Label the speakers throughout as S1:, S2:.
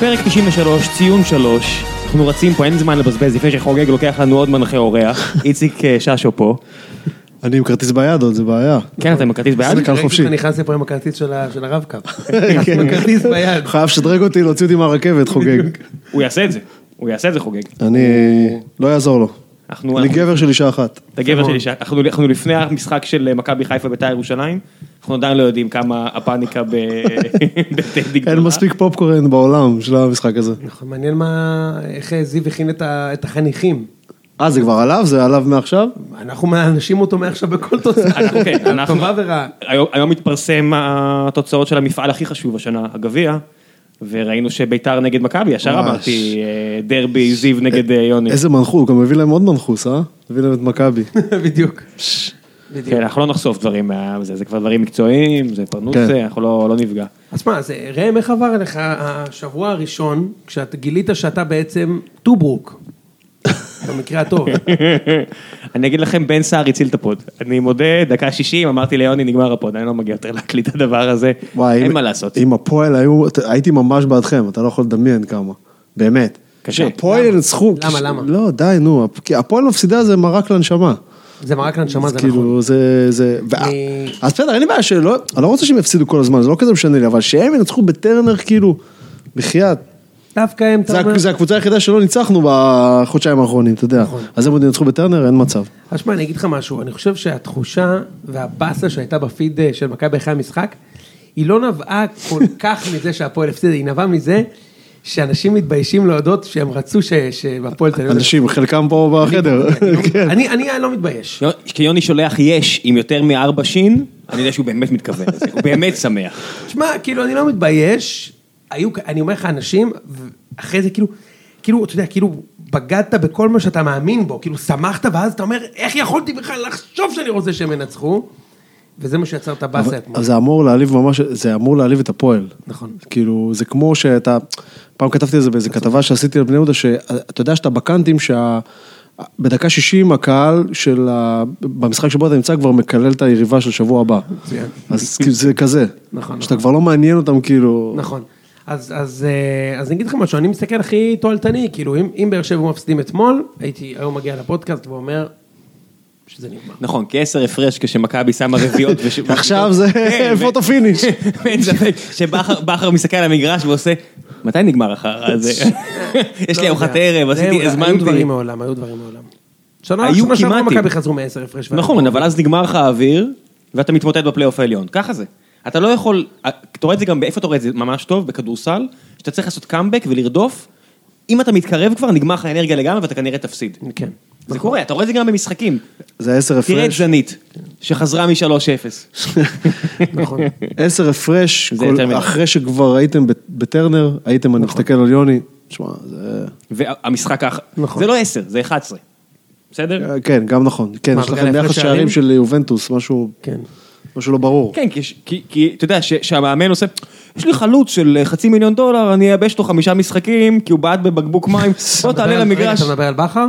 S1: פרק 93, ציון 3, אנחנו רצים פה, אין זמן לבזבז, לפני שחוגג לוקח לנו עוד מנחה אורח, איציק אה, ששו פה.
S2: אני עם כרטיס ביד עוד, זה בעיה.
S1: כן, אתה עם הכרטיס ביד?
S2: קהל חופשי.
S3: ראיתי שאתה נכנס לפה עם הכרטיס של ה- של הרב-קו.
S2: כן.
S3: עם הכרטיס ביד.
S2: חייב לשדרג אותי, להוציא אותי מהרכבת, חוגג.
S1: הוא יעשה את זה, הוא יעשה את זה חוגג.
S2: אני... לא יעזור לו.
S1: אנחנו,
S2: אני גבר של אישה אחת.
S1: אתה גבר שלי, ש- אנחנו אנחנו לפני המשחק של אה, מכבי חיפה בית"ר ירושלים, אנחנו עדיין לא יודעים כמה הפאניקה ב- בטדי גדולה.
S2: אין מספיק פופקורן בעולם של המשחק הזה.
S3: נכון, מעניין מה, איך זיו הכין את ה- את החניכים.
S2: אה, זה כבר עליו? זה עליו מעכשיו?
S3: אנחנו מאנשים אותו מעכשיו בכל תוצאה.
S1: אנחנו- כן, אנחנו-
S3: טובה ורעה.
S1: היום, היום התפרסם התוצאות של המפעל הכי חשוב השנה, הגביע, וראינו שביתר נגד מכבי, ישר
S2: ממש.
S1: אמרתי, אה, דרבי זיו נגד אה, יוני.
S2: איזה מנחו, גם הביא להם עוד מנחוס, אה? הביא להם את מכבי.
S3: בדיוק.
S1: כן, אנחנו לא נחשוף דברים מזה, זה כבר דברים מקצועיים, זה פרנוסה,
S2: כן.
S1: אנחנו לא, לא נפגע.
S3: אז מה, אז ראם, איך עבר לך השבוע הראשון, כשאתה גילית שאתה בעצם טוברוק, במקרה הטוב.
S1: אני אגיד לכם, בן סער הציל את הפוד. אני מודה, דקה 60, אמרתי ליוני, נגמר הפוד, אני לא מגיע יותר להקליט את הדבר הזה,
S2: וואי,
S1: אין
S2: אם-
S1: מה לעשות.
S2: אם הפועל היו, הייתי ממש בעדכם, אתה לא יכול לדמיין כמה, באמת.
S1: קשה.
S2: הפועל ינצחו.
S3: למה,
S2: כש-
S3: למה?
S2: לא, די, נו, הפ- כי הפועל מפסידה זה מרק לנשמה.
S3: זה מרק להנשמה,
S2: אז
S3: זה נכון.
S2: כאילו, זה, זה, ו-
S3: אני-
S2: אז בסדר, אין לי בעיה שלא, אני לא רוצה שהם יפסידו כל הזמן, זה לא כזה משנה לי, אבל שהם ינצחו בטרנר, כאילו, בחייאת.
S3: דווקא הם, אתה
S2: זה
S3: אומר...
S2: ה- זה הקבוצה היחידה שלא ניצחנו בחודשיים האחרונים, אתה יודע. אז הם עוד ינצחו בטרנר, אין מצב.
S3: אז שמע, נכון. אני אגיד לך משהו, אני חושב שהתחושה והבאסה שהייתה בפיד אה, של מכבי אחרי המשחק, היא לא נבעה כל כך מזה שהפועל הפסיד, היא נבעה מזה שאנשים מתביישים להודות שהם רצו ש- שבפועל תל אביב...
S2: אנשים, חלקם פה בחדר. כן.
S3: לא אני אני לא מתבייש.
S1: יו- כשיוני שולח יש עם יותר מארבע שין, אני יודע שהוא באמת מתכוון לזה, הוא באמת שמח.
S3: שמע, כאילו, אני לא מתבייש, היו, כ- אני אומר לך, אנשים, ואחרי זה כאילו, כאילו, אתה יודע, כאילו, בגדת בכל מה שאתה מאמין בו, כאילו, שמחת, ואז אתה אומר, איך יכולתי בכלל לחשוב שאני רוצה שהם ינצחו? וזה מה שיצר את הבאסה אתמול.
S2: אבל זה אמור להעליב ממש, זה אמור להעליב את הפועל.
S3: נכון.
S2: כאילו, זה כמו שאתה, פעם כתבתי על זה באיזה כתבה שעשיתי על בני יהודה, שאתה יודע שאתה בקאנטים שה... בדקה 60 הקהל של ה... במשחק שבו אתה נמצא כבר מקלל את היריבה של שבוע הבא.
S3: מצוין.
S2: אז כאילו זה כזה.
S3: נכון,
S2: שאתה
S3: נכון.
S2: כבר לא מעניין אותם כאילו.
S3: נכון. אז, אז, אה, אז אני אגיד לך משהו, אני מסתכל הכי תועלתני, כאילו, אם, אם באר שבע מפסידים אתמול, הייתי היום מגיע לפודקאסט ואומר שזה נגמר.
S1: נכון, כעשר הפרש כשמכבי שמה רביעיות. וש-
S2: עכשיו זה
S1: כן, ו-
S2: פוטו פיניש.
S1: אין ספק שבכר מסתכל על המגרש ועושה, מתי נגמר אחר הזה? יש לי
S3: לא
S1: ארוחת
S3: יודע.
S1: ערב,
S3: זה
S1: עשיתי,
S3: היו- היו
S1: הזמנתי.
S3: דברים מעולם, היו דברים מעולם. שנה
S1: היו
S3: שנה שעברה
S1: כמעטים.
S3: מכבי חזרו מעשר הפרש.
S1: נכון, אבל אז נגמר לך האוויר, ואתה מתמוטט בפלייאוף העליון, ככה זה. אתה לא יכול, אתה רואה את זה גם, איפה אתה רואה את זה ממש טוב? בכדורסל, שאתה צריך לעשות קאמבק ולרדוף. אם אתה מתקרב כבר, נגמר לך האנרגיה לגמרי ואתה כנראה תפסיד.
S3: כן.
S1: זה קורה, אתה רואה את זה גם במשחקים.
S2: זה 10
S1: תראה את
S2: הפרש.
S1: זנית, שחזרה מ-3-0.
S3: נכון.
S2: 10 הפרש,
S1: זה
S2: כל-
S1: יותר מדי.
S2: אחרי שכבר הייתם ב- בטרנר, הייתם, אני מסתכל על יוני, שמע, זה...
S1: והמשחק האח...
S3: נכון.
S1: זה לא 10, זה 11. בסדר?
S2: כן, גם נכון. כן,
S3: מה,
S2: יש
S3: בגלל
S2: לכם
S3: ההפרש
S2: יחס
S3: שערים?
S2: שערים של יובנטוס, משהו
S3: כן.
S2: משהו לא ברור.
S1: כן, כי, יש- כי, כי אתה יודע ש, שהמאמן עושה, יש לי חלוץ של אה, חצי מיליון דולר, אני אייבש אותו חמישה משחקים, כי הוא בעט בבקבוק מים, בוא תעלה
S3: רגע,
S1: לא, למגרש.
S3: אתה מדבר על בכר?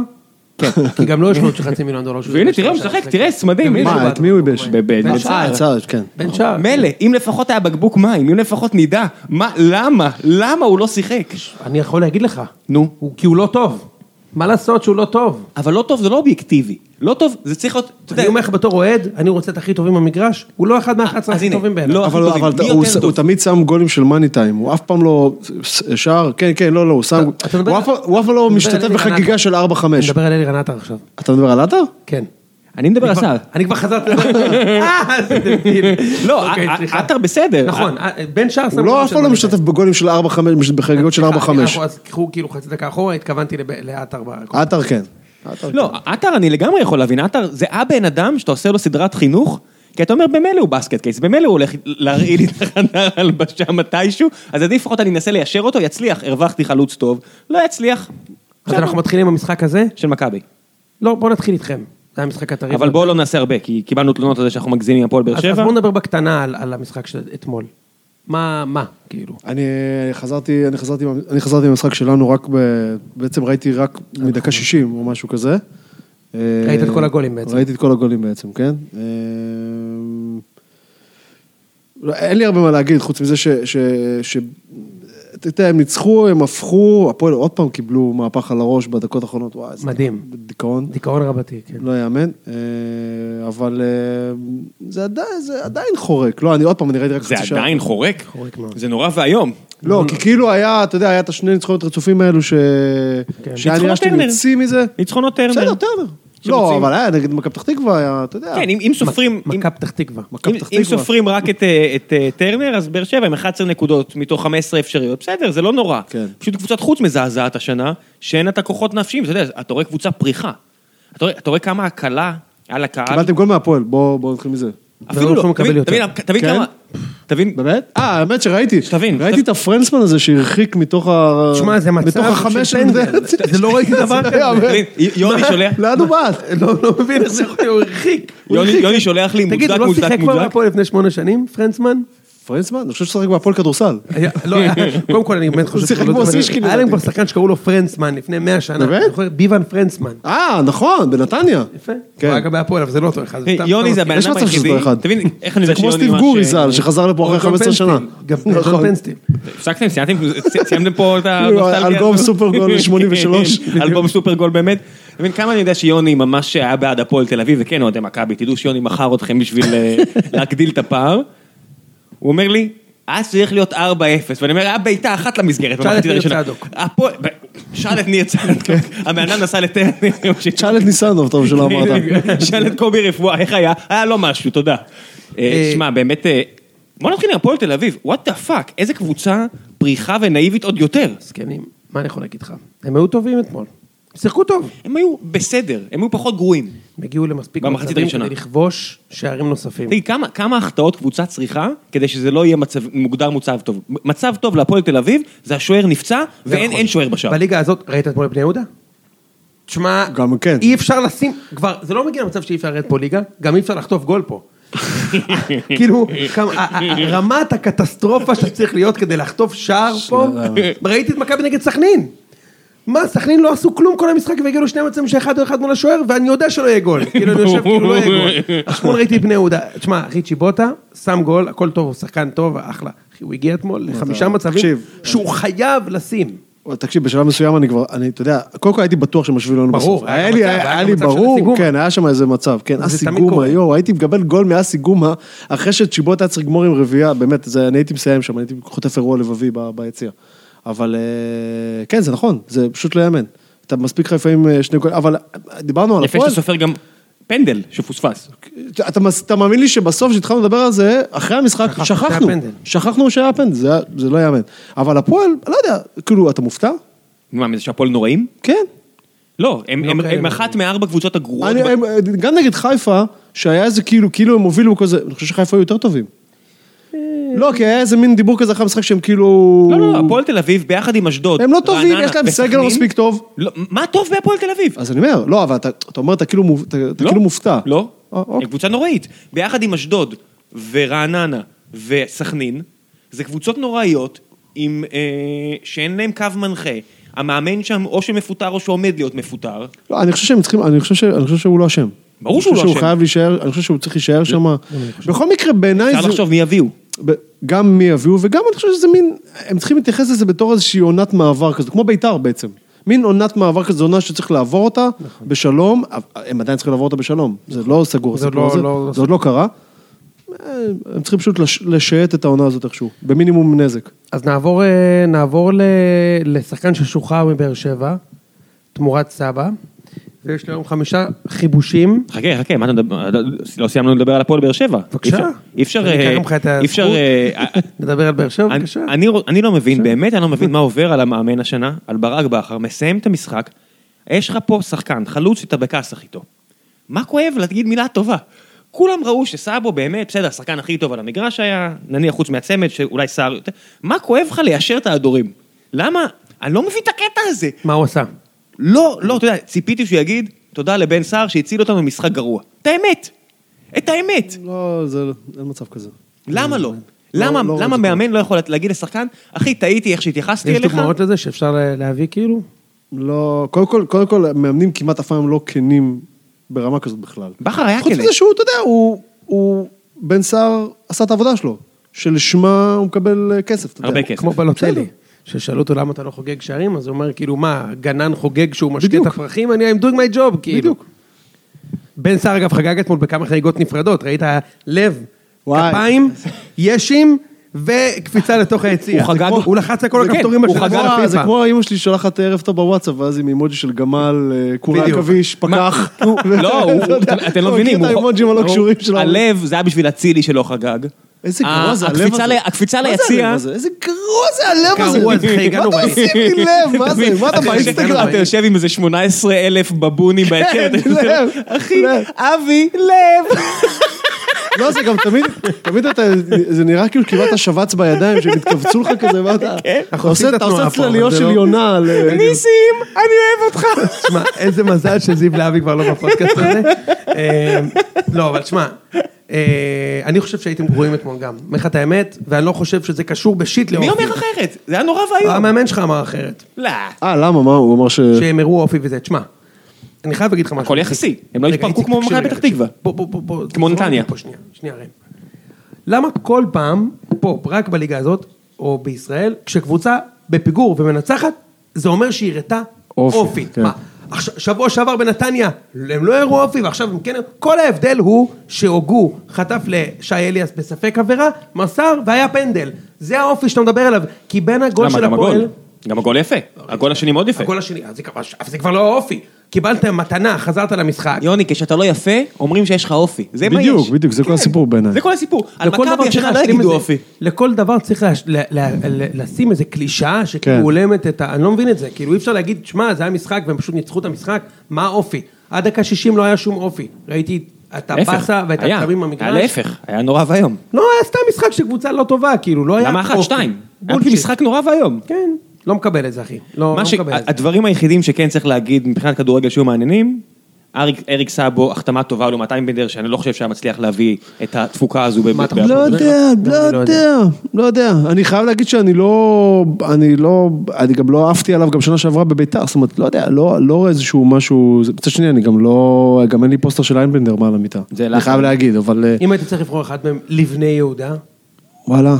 S3: כן. כי גם לו יש לו עוד חצי מיליון דולר. שהוא
S1: והנה,
S3: יש
S1: תראה, הוא
S3: לו
S1: משחק,
S3: שם.
S1: תראה, סמדים,
S3: תמיד
S1: הנה.
S3: הוא
S2: מה,
S3: בעט
S2: את מי הוא ייבש?
S3: בבקבוק
S1: ב- ב-
S3: מים. בן
S1: בן
S3: שער.
S2: צעד, כן.
S3: בן שער.
S1: מילא, אם לפחות היה בקבוק מים, אם לפחות נדע, מה, למה, למה הוא לא שיחק?
S3: אני יכול להגיד לך.
S1: נו.
S3: הוא- כי הוא לא טוב. מה לעשות שהוא לא טוב?
S1: אבל לא טוב זה לא אובייקטיבי, לא טוב, זה צריך להיות, אתה יודע,
S3: אני אומר לך בתור אוהד, אני רוצה את הכי טובים במגרש, הוא לא אחד
S1: אז
S3: מה-11 הכי
S1: הנה,
S3: טובים בעיניי.
S1: לא,
S2: אבל
S1: הכי
S2: הוא-
S1: טובים.
S2: אבל
S1: מי
S2: הוא-
S1: יותר
S2: הוא
S1: טוב?
S2: תמיד שם גולים של מאני טיים, הוא אף פעם לא שער, כן, כן, לא, לא, הוא שם,
S3: אתה- אתה מדבר
S2: הוא
S3: על-
S2: אף פעם- הוא אף פעם לא
S3: אתה מדבר על
S2: משתתף
S3: אלי
S2: בחגיגה
S3: גנטר.
S2: של
S3: אני
S2: 4-5.
S3: מדבר על אלירן עטר עכשיו.
S2: אתה מדבר על עטר?
S3: כן.
S1: אני מדבר על
S3: כבר-
S1: סער.
S3: אני כבר חזרתי לדבר. אה, זה דביל.
S1: לא,
S3: אוקיי,
S1: ע- ע-
S3: סליחה.
S1: עטר בסדר.
S3: נכון, אה, בן שער
S2: הוא לא אף פעם לא משתתף בגולים של 4-5, בחגיגות של 4-5.
S3: אז קחו כאילו חצי דקה אחורה, התכוונתי לב- לעטר. ב-
S2: עטר כן.
S1: לא, עטר אני לגמרי יכול להבין, עטר זה הבן אדם שאתה עושה לו סדרת חינוך, כי אתה אומר במילא הוא בסקט קייס, במילא הוא הולך להרעיל את החדר הלבשה מתישהו, אז עדיף לפחות אני אנסה ליישר אותו, יצליח, הרווחתי חלוץ טוב, לא יצליח,
S3: אז אנחנו מתחילים עם המשחק הזה?
S1: של מכבי.
S3: לא, בואו נתחיל איתכם. זה היה משחק הטרי.
S1: אבל בואו לא נעשה הרבה, כי קיבלנו תלונות על זה שאנחנו מגזימים עם הפועל באר
S3: אז אז
S1: שבע.
S3: בואו נדבר בקטנה על- על המשחק של אתמול. מה, מה, כאילו?
S2: אני חזרתי, אני חזרתי, אני חזרתי למשחק שלנו רק ב... בעצם ראיתי רק מדקה 60 או משהו כזה.
S3: ראית את כל הגולים בעצם.
S2: ראיתי את כל הגולים בעצם, כן. אמ, אה, לא, אין לי הרבה מה להגיד, חוץ מזה ש... ש, ש אתה יודע, הם ניצחו, הם הפכו, הפועל עוד פעם קיבלו מהפך על הראש בדקות האחרונות, וואי, איזה
S3: מדהים.
S2: דיכאון.
S3: דיכאון רבתי, כן.
S2: לא יאמן, אה, אבל אה, זה עדיין, זה עדיין חורק, לא, אני עוד פעם, אני ראיתי רק
S1: זה
S2: חצי שעה.
S1: עדיין חורק?
S3: חורק מאוד.
S1: זה נורא ואיום.
S2: לא, כי כאילו היה, אתה יודע, היה את השני ניצחונות רצופים האלו ש...
S3: כן.
S2: שהיה נראה
S1: ניצחונות
S2: שאתם
S1: טרנר.
S2: יוצאים מזה.
S1: ניצחונות טרנר.
S2: בסדר, טרנר. לא,
S1: שרוצים.
S2: אבל היה נגד מכבי פתח תקווה, היה, אתה יודע.
S1: כן, אם- אם סופרים... אם-
S3: מכה פתח תקווה.
S2: מכבי
S1: אם-
S2: פתח
S1: אם
S2: תקווה.
S1: סופרים רק את, אה, את אה, טרנר, אז באר שבע עם 11 נקודות מתוך 15 אפשריות, בסדר, זה לא נורא.
S2: כן.
S1: פשוט קבוצת חוץ מזעזעת השנה, שאין לה את הכוחות נפשיים, אתה יודע, אתה רואה קבוצה פריחה. אתה רואה, אתה רואה כמה הקלה על הקהל,
S2: קיבלתם גול מהפועל, בואו בואו נתחיל מזה.
S1: אפילו
S3: אנחנו
S1: לא,
S3: נקבל
S1: תבין-
S3: יותר.
S1: תבין תבין
S2: כן?
S1: כמה, תבין,
S2: באמת? אה, האמת שראיתי.
S1: שתבין,
S2: ראיתי
S1: שת-
S2: את הפרנצמן הזה שהרחיק מתוך ה...
S3: תשמע, זה מצב
S2: מתוך
S3: של
S2: החמש...
S3: פנדל. זה לא ראיתי דבר
S2: זה
S3: כזה.
S2: היה, אבל-
S1: תבין, יוני שולח,
S2: לאן הוא בעט?
S3: לא, לא מבין איך זה יכול להיות, הוא הרחיק. הוא
S1: יוני-
S3: הרחיק.
S1: יוני שולח לי
S3: תגיד, הוא
S1: מוצדק,
S3: לא
S1: מוצדק,
S3: שיחק כבר
S1: מוצדק.
S3: בהפועל לפני שמונה שנים, פרנצמן?
S2: פרנצמן? אני חושב שהוא שחק בהפועל כדורסל.
S3: היה- לא, היה- קודם כל אני באמת חושב...
S2: שיחק
S3: שהוא לא
S2: כמו
S3: זוכר.
S2: אוסישקין,
S3: היה להם
S2: לדעתי.
S3: כבר שחקן שקראו לו פרנצמן לפני 100 שנה.
S2: באמת?
S3: אני זוכר, ביבן פרנצמן.
S2: אה, נכון, בנתניה.
S3: יפה.
S2: כן.
S3: הוא היה גם בהפועל, אבל זה לא אותו אחד.
S1: תבין,
S3: סתם-
S1: אה, יוני
S3: סתם
S1: זה
S3: מזכיר.
S1: הבן
S2: יש
S1: אדם
S2: מצב שזה
S1: היחידי,
S2: לא אחד.
S1: תבין איך אני
S2: זה
S1: יודע
S2: כמו
S1: שיוני
S2: סטיב
S1: ממש,
S2: גורי
S1: אה,
S2: ז"ל, שחזר לפה אחרי
S3: או ג'ון
S2: 15 שנה.
S3: פנסטיל. גם
S2: נכון.
S3: ג'ון פנסטיל.
S1: הפסקתם, סיימתם, סיימתם פה את
S3: לא,
S1: הנוסטלגיה.
S2: אלבום סופר גול 83.
S1: אלבום סופר גול באמת. אתה מבין כמה אני יודע שיוני ממש היה בעד הפועל תל אביב, וכן אוהדי מכבי, תדעו שיוני מכר אתכם בשביל אה, להגדיל את הפער. הוא אומר לי, אז צריך להיות 4-0, ואני אומר, היה בעיטה אחת למסגרת.
S3: שאל את
S1: במחצית
S3: ניר
S1: הראשונה."
S3: צדוק.
S1: הפועל- ו- שאל את ניר צדוק, הבן אדם נסע לטרנר.
S2: תשאל את ניסנוב, טוב שלא אמרת.
S1: שאל את קובי רפואה, איך היה? היה לא משהו, תודה. אה,
S3: אה,
S1: שמע, באמת, אה, בוא נתחיל עם הפועל תל אביב, וואט דה פאק, איזה קבוצה פריחה ונאיבית עוד יותר.
S3: זקנים, מה אני יכול להגיד לך? הם היו טובים אתמול. הם שיחקו טוב.
S1: הם היו בסדר, הם היו פחות גרועים.
S3: הם הגיעו למספיק
S1: במחצית
S3: מצבים
S1: הראשונה.
S3: כדי לכבוש שערים נוספים.
S1: תגיד, כמה, כמה החטאות קבוצה צריכה כדי שזה לא יהיה מצב, מוגדר מצב טוב? מצב טוב להפועל תל אביב, זה השוער נפצע,
S3: זה
S1: ואין
S3: נכון.
S1: אין שוער בשער.
S3: בליגה הזאת, ראית אתמול את בני יהודה? תשמע,
S2: גם כן.
S3: אי אפשר לשים, כבר, זה לא מגיע למצב שאי אפשר לרדת פה ליגה, גם אי אפשר לחטוף גול פה. כאילו, כמה- ה- ה- רמת הקטסטרופה שאתה צריך להיות כדי לחטוף שער פה, ראיתי את מכבי נגד סכנין. מה, סכנין לא עשו כלום כל המשחק והגיעו לשני מצבים שאחד או אחד מול השוער, ואני יודע שלא יהיה גול. כאילו, אני יושב כאילו לא יהיה גול. אתמול ראיתי את בני יהודה. תשמע, אחי צ'יבוטה, שם גול, הכל טוב, הוא שחקן טוב, אחלה. אחי, הוא הגיע אתמול לחמישה מצבים
S2: תקשיב.
S3: שהוא חייב לשים.
S2: תקשיב, בשלב מסוים אני כבר, אני, אתה יודע, קודם כל הייתי בטוח שמשווים לנו
S3: ברור,
S2: בסוף.
S3: היה
S2: היה
S3: גם
S2: לי,
S3: מצב, היה
S2: היה
S3: גם
S2: לי
S3: מצב של אסי
S2: ברור,
S3: גומה.
S2: כן, היה שם איזה מצב, כן, אסי
S3: תמיד
S2: גומה,
S3: קורה.
S2: יואו, הייתי מקבל גול מאסי גומה, אחרי שצ'יבוט היה צריך לגמור עם רביעייה, באמת, זה, אני הייתי מסיים שם, אני הייתי חוטף אירוע לבבי ב- ביציע. אבל אה, כן, זה נכון, זה פשוט לא יאמן. אתה מספיק לך לפעמים אה, שני גולים, אבל אה, דיברנו על
S1: יפה
S2: הפועל,
S1: שאתה סופר גם פנדל שפוספס.
S2: אתה, מס- אתה מאמין לי שבסוף כשהתחלנו לדבר על זה, אחרי המשחק,
S3: שכחנו
S2: שכחנו,
S3: שהיה פנדל.
S2: שכחנו שהיה פנדל, זה, היה- זה לא יאמן. אבל הפועל, לא יודע, כאילו, אתה מופתע?
S1: מה, מזה שהפועל נוראים?
S2: כן.
S1: לא, הם,
S3: לא
S1: הם,
S3: כאלה.
S1: הם אחת מארבע קבוצות הגרועות.
S2: אני,
S1: ב-
S2: הם, גם נגד חיפה, שהיה איזה כאילו, כאילו הם הובילו וכל זה, אני חושב שחיפה היו יותר טובים. לא, כי היה איזה מין דיבור כזה אחרי המשחק שהם כאילו...
S1: אה, לא, לא, הפועל תל אביב ביחד עם אשדוד.
S2: הם לא טובים,
S1: רעננה
S2: יש להם סגל
S1: וסכנין.
S2: מספיק טוב.
S1: לא, מה טוב בהפועל תל אביב?
S2: אז אני אומר, לא, אבל אתה, אתה אומר, אתה כאילו, מופ- אתה, אתה
S1: לא.
S2: כאילו מופתע.
S1: לא,
S2: אה, אוקיי.
S1: הם קבוצה נוראית. ביחד עם אשדוד ורעננה וסכנין, זה קבוצות נוראיות עם, אה, שאין להם קו מנחה. המאמן שם או שמפוטר או שעומד להיות מפוטר.
S2: לא, אני חושב שהם צריכים, אני חושב, ש, אני חושב שהוא לא אשם.
S1: ברור
S2: אני
S1: שהוא לא
S2: חושב שהוא
S1: אשם. לא,
S2: חייב להישאר, אני חושב שהוא צריך להישאר שם. בכל מקרה, בעיניי
S1: אפשר
S2: זה...
S1: לחשוב מי יביאו.
S2: ב- גם מי יביאו, וגם אני חושב שזה מין, הם צריכים להתייחס לזה בתור איזושהי עונת מעבר כזו, כמו בית"ר בעצם. מין עונת מעבר כזו, זו עונה שצריך לעבור אותה בשלום, אבל הם עדיין צריכים לעבור אותה בשלום, זה לא סגור,
S3: נכון. זה
S2: הסיפור
S3: עוד לא-
S2: הזה,
S3: לא-
S2: זה עוד לא קרה. אה, הם צריכים פשוט לש- לשייט את העונה הזאת איכשהו, במינימום נזק.
S3: אז נעבור, אה, נעבור ל... לשחקן ששוחרר מבאר שבע, תמורת סבא, ויש לו היום חמישה חיבושים.
S1: חכה, חכה, מה אתה מדבר? לא סיימנו לדבר על הפועל באר שבע.
S3: בבקשה.
S1: אי אפשר...
S3: אני
S1: אה,
S3: אקח ממך את
S1: אי אפשר...
S3: הזכות.
S1: אה,
S3: נדבר על באר שבע,
S1: אני-
S3: בבקשה.
S1: אני רוצ- אני לא מבין, באמת אני לא מבין מה עובר על המאמן השנה, על ברק בכר, מסיים את המשחק, יש לך פה שחקן, חלוץ שאתה בכסח איתו. מה כואב להגיד מילה טובה? כולם ראו שסאבו באמת, בסדר, השחקן הכי טוב על המגרש היה, נניח חוץ מהצמד, שאולי סער יותר. מה כואב לך ליישר את ההדורים? למה? אני לא מבין את הקטע הזה.
S3: מה הוא עשה?
S1: לא, לא, אתה יודע, ציפיתי שהוא יגיד, תודה לבן סער שהציל אותנו ממשחק גרוע. את האמת. את האמת.
S2: לא, זה, אין מצב כזה.
S1: למה לא? למה,
S2: לא
S1: למה
S2: רוצה.
S1: מאמן לא יכול להגיד לשחקן, אחי, טעיתי איך שהתייחסתי
S3: יש
S1: אליך?
S3: דוגמאות לזה שאפשר לה- להביא כאילו?
S2: לא, קודם כל, קודם כל, מאמנים כמעט אף פעם לא כנים ברמה כזאת בכלל.
S1: בכר היה
S2: חוץ
S1: כנה.
S2: מזה שהוא, אתה יודע, הוא, הוא, בן סער עשה את העבודה שלו, שלשמה הוא מקבל אה, כסף, אתה יודע.
S1: הרבה כסף.
S3: כמו בלוטלי. ששאלו אותו למה אתה לא חוגג שערים, אז הוא אומר, כאילו, מה, גנן חוגג שהוא משקה את
S2: בדיוק.
S3: הפרחים? אני I'm doing my job, כאילו.
S2: בדיוק.
S3: בן סער, אגב, חגג אתמול בכמה חגיגות נפרדות, ראית? לב,
S2: וואי.
S3: כפיים, ישים וקפיצה לתוך היציע.
S1: הוא
S3: זה
S1: חגג-
S3: כמו- הוא לחץ על כל
S1: כן,
S3: הכפתורים
S1: הוא
S3: של
S1: חגג
S3: הגמר
S2: זה
S3: פיפ"א.
S2: כמו אימא שלי שולחת ערב טוב בוואטסאפ, ואז עם אימוג'י של גמל, אה, קורה
S3: בדיוק.
S2: עכביש, פקח.
S1: לא, הוא-
S2: אתה יודע,
S1: אתם לא
S2: אתה מכיר
S1: מבינים.
S2: את
S1: הוא-
S2: האימוג'ים הלא
S1: הוא-
S2: קשורים שלנו.
S1: הלב, זה היה בשביל אצילי שלא חגג.
S2: איזה
S1: ה-
S2: גרוע זה הלב
S1: הקפיצה
S2: הזה.
S1: ל- הקפיצה
S2: מה זה הלב
S1: ליציע,
S2: הזה? איזה גרוע זה הלב הזה.
S3: גרוע, זה חגיגה
S2: מה
S3: נוראית.
S2: אתה עושים לי לב? מה זה? מה אתה
S1: אתה יושב-
S2: באינסטגרם? כן,
S1: אתה יושב עם איזה 18 אלף בבונים בהיתר, אתה
S2: לב,
S1: אומר, אחי,
S2: לב." כן,
S1: אבי, לב.
S2: לא, זה גם תמיד, תמיד אתה, זה נראה כאילו קיבלת שבץ בידיים, שהם התכווצו לך כזה, ואתה
S1: כן.
S2: אתה עושה- אתה
S3: התנועה
S2: עושה
S3: פה,
S2: צלליות
S3: אבל
S2: של
S3: זה לא-
S2: יונה על... אה,
S1: ניסים, אני אוהב אותך.
S3: תשמע, איזה מזל שזיו להבי כבר לא בפודקאסט הזה. אה, לא, אבל שמע, אה, אני חושב שהייתם גרועים אתמול גם. אומר לך את האמת, ואני לא חושב שזה קשור בשיט לאופי.
S1: מי אומר אחרת? זה היה נורא ואיום.
S3: המאמן שלך אמר אחרת.
S1: לא.
S2: אה, למה? מה? הוא אמר ש...
S3: שהם הראו אופי וזה. תשמע, אני חייב להגיד לך משהו.
S1: הכל יחסי, הם לא
S3: רגע,
S1: התפרקו
S3: איציק,
S1: כמו
S3: תקשיב
S1: מכבי
S3: רגע,
S1: פתח תקווה.
S3: תקשיב. בוא, בוא, בוא, בוא.
S1: כמו
S3: תעצור
S1: נתניה.
S3: אותי פה שנייה, שנייה, ראם. למה כל פעם, פה, רק בליגה הזאת, או בישראל, כשקבוצה בפיגור ומנצחת, זה אומר שהיא הראתה
S2: אופי,
S3: אופי.
S2: כן.
S3: מה, עכשיו- שבוע שעבר בנתניה, הם לא הראו אופי, ועכשיו הם כן... כל ההבדל הוא שהוגו חטף לשי אליאס בספק עבירה, מסר והיה פנדל. זה האופי שאתה מדבר עליו, כי בין הגול
S1: למה,
S3: של
S1: גם
S3: הפועל...
S1: הגול. גם הגול יפה.
S2: לא,
S1: הגול השני מאוד יפה.
S3: הגול השני, אז זה כבר- אז זה כבר לא האופי. קיבלת מתנה, חזרת למשחק.
S1: יוני, כשאתה לא יפה, אומרים שיש לך אופי. זה מה יש.
S2: בדיוק, בדיוק, זה כל
S1: כן.
S2: הסיפור בעיניי.
S1: זה כל הסיפור. על
S3: לכל דבר
S1: מכבי
S3: צריך
S1: השנה לא
S3: להשלים
S1: יגידו
S3: איזה-
S1: אופי.
S3: לכל דבר צריך להש- ל- ל- ל- לשים איזה קלישאה שכאילו
S2: כן.
S3: הולמת את ה... אני לא מבין את זה, כאילו אי אפשר להגיד, שמע, זה היה משחק והם פשוט ניצחו את המשחק, מה האופי? עד דקה 60 לא היה שום אופי. ראיתי את
S1: להפך,
S3: הבאסה ואת
S1: היה.
S3: הכתבים
S1: היה
S3: במגרש.
S1: להפך, היה נורא ואיום.
S3: לא, היה סתם משחק של קבוצה לא טובה, כאילו, לא היה
S1: למה אחת,
S3: אופי.
S1: שתיים? היה
S3: בולשיט.
S1: משחק נורא ואיום.
S3: כן, לא מקבל את זה, אחי. לא
S1: מה
S3: לא
S1: ש-
S3: מקבל את זה.
S1: הדברים היחידים שכן צריך להגיד מבחינת כדורגל שהיו מעניינים, אריק, אריק סאבו, החתמה טובה לעומת איימבנדר, שאני לא חושב שהיה מצליח להביא את התפוקה הזו. בב-
S3: מה אתה
S1: בהפועל.
S2: לא
S3: בהפועל באר
S2: יודע,
S3: שבע?
S2: לא
S3: אני לא
S2: יודע, לא יודע. אני חייב להגיד שאני לא, אני לא, אני גם לא עפתי עליו גם שנה שעברה בביתר, זאת אומרת, לא יודע, לא לא איזשהו משהו, זה- מצד שני, אני גם לא, גם אין לי פוסטר של איינבנדר מעל המיטה.
S1: זה
S2: אני
S1: לחץ.
S2: חייב להגיד, אבל אה,
S3: אם היית צריך לבחור אחד מהם לבני יהודה,
S2: וואלה.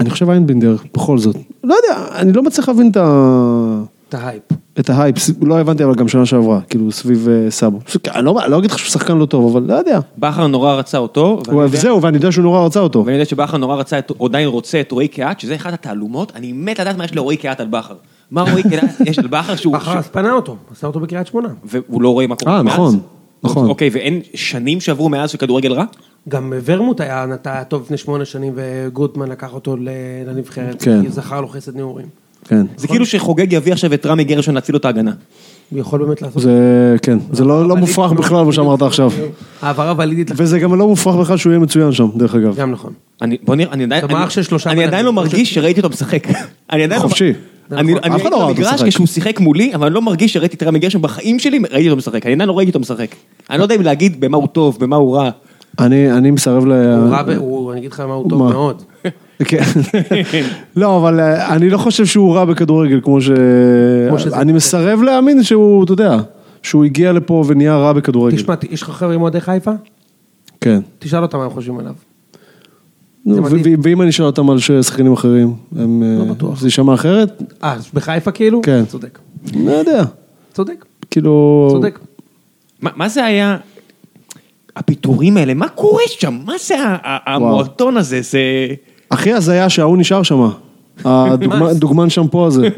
S2: אני חושב איינבנדר, בכל זאת. לא יודע, אני לא מצליח להבין את ה...
S3: את ההייפ.
S2: את ההייפ, לא הבנתי אבל גם שנה שעברה, כאילו סביב אה, סאבו. אני לא לא אגיד לך שהוא שחקן לא טוב, אבל לא יודע.
S1: בכר נורא רצה אותו, ואני
S2: הוא-
S1: יודע-
S2: זהו, ואני יודע שהוא נורא רצה אותו.
S1: ואני יודע שבכר נורא רצה, את- הוא עדיין רוצה את רועי קהת, שזה אחת התעלומות, אני מת לדעת מה יש לרועי קהת על בכר. מה רועי קהת יש על בכר שהוא...
S3: בכר אז פנה אותו, עשה אותו בקריית שמונה.
S1: והוא לא רואה מה קורה
S2: אה,
S1: מאז?
S2: נכון, נכון.
S1: אוקיי, ואין שנים שעברו מאז שכדורגל רע?
S3: גם ורמוט היה נטע טוב לפני שמונה שנים, וגוטמן לקח אותו ל- לנבחרת,
S2: כן.
S3: כי זכר לו חסד נעורים.
S2: כן.
S1: זה כאילו שחוגג יביא עכשיו את רמי גרשון להציל לו את ההגנה.
S3: הוא יכול באמת לעשות...
S2: זה, כן, זה לא לא
S3: אבל-
S2: מופרך בכלל מה שאמרת עכשיו.
S3: העברה ולידית,
S2: וזה גם לא מופרך בכלל שהוא יהיה מצוין שם, דרך אגב.
S3: גם נכון.
S1: אני, בוא נראה, אני עדיין,
S3: אתה מערך של שלושה
S1: אני
S3: בלמים.
S1: עדיין לא מרגיש שראיתי אותו משחק. אני עדיין לא-
S2: חופשי.
S3: זה
S1: אני
S3: נכון.
S1: אני
S2: אף אחד
S1: הייתי
S2: לא ראה אותו
S1: במגרש
S2: משחק.
S1: כשהוא שיחק מולי, אבל אני לא מרגיש שראיתי את רמי גרשון בחיים שלי, ראיתי אותו משחק. אני עדיין לא ראיתי אותו משחק. אני לא יודע אם להגיד במה הוא טוב, במה הוא רע.
S2: אני אני מסרב ל...
S3: הוא רע, ב- הוא- אני אגיד לך מה הוא
S2: אה, מה?
S3: טוב מאוד.
S2: כן. לא, אבל אה, אני לא חושב שהוא רע בכדורגל, כמו ש...
S3: כמו שזה-
S2: אני מסרב להאמין שהוא, אתה יודע, שהוא הגיע לפה ונהיה רע בכדורגל.
S3: תשמע, ת- יש לך חברים אוהדי חיפה?
S2: כן.
S3: תשאל אותם מה הם חושבים עליו.
S2: נו,
S3: זה
S2: ו-
S3: מדהים.
S2: ו- ואם אני שואל אותם על שחקנים אחרים, הם...
S3: לא
S2: אה,
S3: בטוח.
S2: זה יישמע אחרת?
S3: אה, בחיפה כאילו?
S2: כן.
S3: צודק.
S2: לא יודע.
S3: צודק.
S2: כאילו...
S3: צודק.
S1: מה- מה זה היה? הפיטורים האלה, מה קורה שם? מה זה ה- ה- המועטון הזה? זה...
S2: הכי הזיה שההוא נשאר שם. הדוגמן שמפו הזה.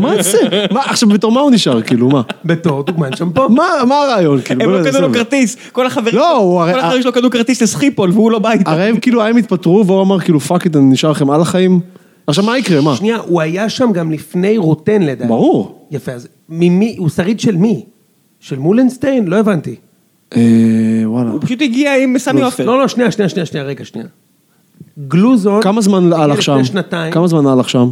S2: מה זה? מה, עכשיו בתור מה הוא נשאר? כאילו, מה?
S3: בתור דוגמן שמפו.
S2: מה מה הרעיון? כאילו,
S1: הם לא
S2: באמת,
S1: קנו לו
S2: בסדר.
S1: כרטיס, כל החברים
S2: לא, הוא
S1: כל
S2: הרי-
S1: החברים שלו קנו כרטיס לסחיפול והוא לא בא איתו.
S2: הרי הם כאילו, הם התפטרו, והוא אמר כאילו, פאק איט, אני נשאר לכם על החיים. עכשיו, מה יקרה? מה?
S3: שנייה, הוא היה שם גם לפני רוטן לדעתי.
S2: ברור.
S3: יפה, אז ממי, הוא שריד של מי? של מולנשטיין? לא הבנתי.
S2: אה, וואלה.
S1: הוא פשוט הגיע עם סמי עופר.
S3: לא, לא, שנייה, שנייה, שנייה, שנייה, רגע, שנייה. גלוזון...
S2: כמה זמן
S3: הגיע
S2: הלך שם?
S3: לפני שנתיים.
S2: כמה זמן הלך שם?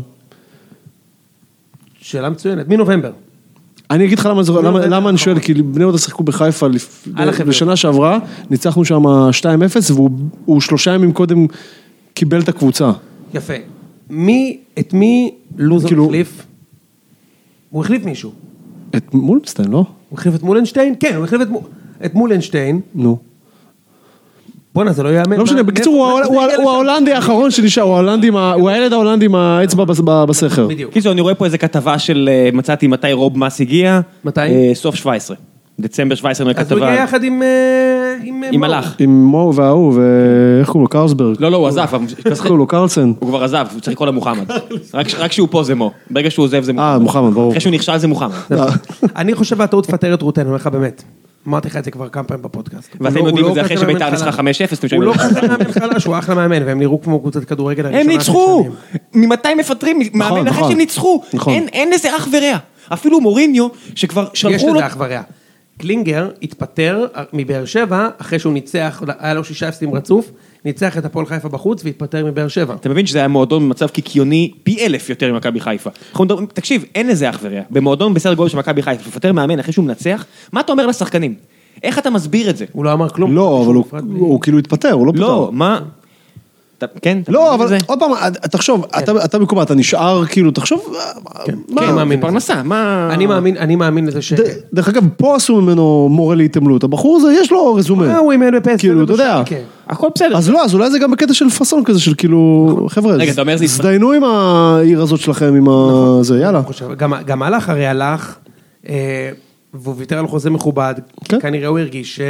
S3: שאלה מצוינת, מנובמבר.
S2: אני אגיד לך למה, זה-
S3: לא
S2: למה,
S3: יודע,
S2: למה אני שואל,
S3: נכון.
S2: כי בני יהודה שיחקו בחיפה לפ...
S3: על החבל.
S2: בשנה שעברה, ניצחנו שם 2-0, והוא הוא שלושה ימים קודם קיבל את הקבוצה.
S3: יפה. מי, את מי לוזון
S2: כאילו-
S3: החליף? הוא החליף מישהו.
S2: את מולסטיין, לא?
S3: הוא החליף את מולנשטיין? כן, הוא החליף את, מו- את מולנשטיין.
S2: נו.
S3: בואנה, זה לא ייאמן.
S2: לא משנה, בקיצור, הוא ההול- הוא ההול- הוא ההולנדי האחרון שנשאר, הוא ההולנדי עם ה- הוא הילד ההולנדי עם האצבע בס- ב- בסכר.
S3: בדיוק.
S1: קיצור, אני רואה פה איזה כתבה של אה, מצאתי מתי רוב מס הגיע.
S3: מתי?
S1: אה, סוף 17. דצמבר 17, אני רואה
S3: אז הוא
S1: כתבה.
S3: הגיע יחד עם... אה, עם אה,
S1: עם
S3: מאור.
S1: מלאך.
S2: עם מו וההוא, ואיך קוראים לו? קרלסברג.
S1: לא, לא, הוא עזב. אבל-
S2: איך קוראים לו? קרלסן.
S1: הוא כבר עזב, הוא צריך לקרוא לה מוחמד. רק רק כשהוא פה זה מו. ברגע שהוא עוזב זה מוחמד.
S2: אה, מוחמד, ברור.
S1: אחרי שהוא נכשל זה מוחמד.
S3: אני חושב שהטעות תפטר את רוטן, אני אומר לך באמת. אמרתי לך את זה כבר כמה פעמים בפודקאסט. הוא
S1: ואתם
S3: לא-
S1: יודעים
S3: הוא
S1: את זה
S3: לא
S1: אחרי
S3: כזה מאמן
S1: שביתר ניצחה
S3: חלש.
S1: 5-0, אתם שומעים
S3: הוא לא
S1: את זה.
S3: כזה מאמן חלש, הוא אחלה מאמן, והם נראו כמו קבוצת כדורגל הראשונה.
S1: הם ניצחו!
S3: אחרי שנים.
S1: ממתי מפטרים מאמן אחרי
S2: נכון.
S1: שהם ניצחו?
S2: נכון.
S1: אין- אין לזה אח ורע. אפילו מוריניו, שכבר
S3: יש
S1: שלחו לו...
S3: לזה אח ורע. קלינגר התפטר מבאר שבע, אחרי שהוא ניצח, היה לו שישה הפסדים רצוף, ניצח את הפועל חיפה בחוץ והתפטר מבאר שבע.
S1: אתה מבין שזה היה מועדון במצב קיקיוני פי אלף יותר ממכבי חיפה. אנחנו מדברים, תקשיב, אין לזה אח ורע. במועדון בסדר גודל של מכבי חיפה, לפטר מאמן אחרי שהוא מנצח, מה אתה אומר לשחקנים? איך אתה מסביר את זה?
S3: הוא לא אמר כלום.
S2: לא, אבל הוא-
S3: נפרד מ-
S2: הוא כאילו התפטר, הוא לא פוטר.
S1: לא, מה... אתה- כן? אתה
S2: לא,
S1: מבין
S2: אבל
S1: את זה?
S2: עוד פעם, תחשוב, אתה- אתה במקומה, אתה נשאר כאילו, תחשוב, מה-
S3: כן, מאמין.
S1: זה פרנסה, מה...
S3: אני מאמין, אני מאמין לזה ש...
S2: ד- דרך אגב, פה עשו ממנו מורה להתעמלות, הבחור הזה יש לו רזומה.
S3: אה, הוא אימן בפסק.
S2: כאילו, אתה יודע.
S3: כן.
S1: הכל בסדר.
S2: אז לא, אז אולי זה גם בקטע של פאסון כזה, של
S3: נכון.
S2: כאילו, חבר'ה,
S1: רגע, אתה אומר זה ישראל.
S2: הזדיינו עם העיר הזאת שלכם, עם ה... זה, יאללה.
S3: נכון. אני חושב, גם, גם הלך הרי הלך, אה, והוא ויתר על חוזה מכובד,
S2: כן.
S3: כן. כנראה הוא הרגיש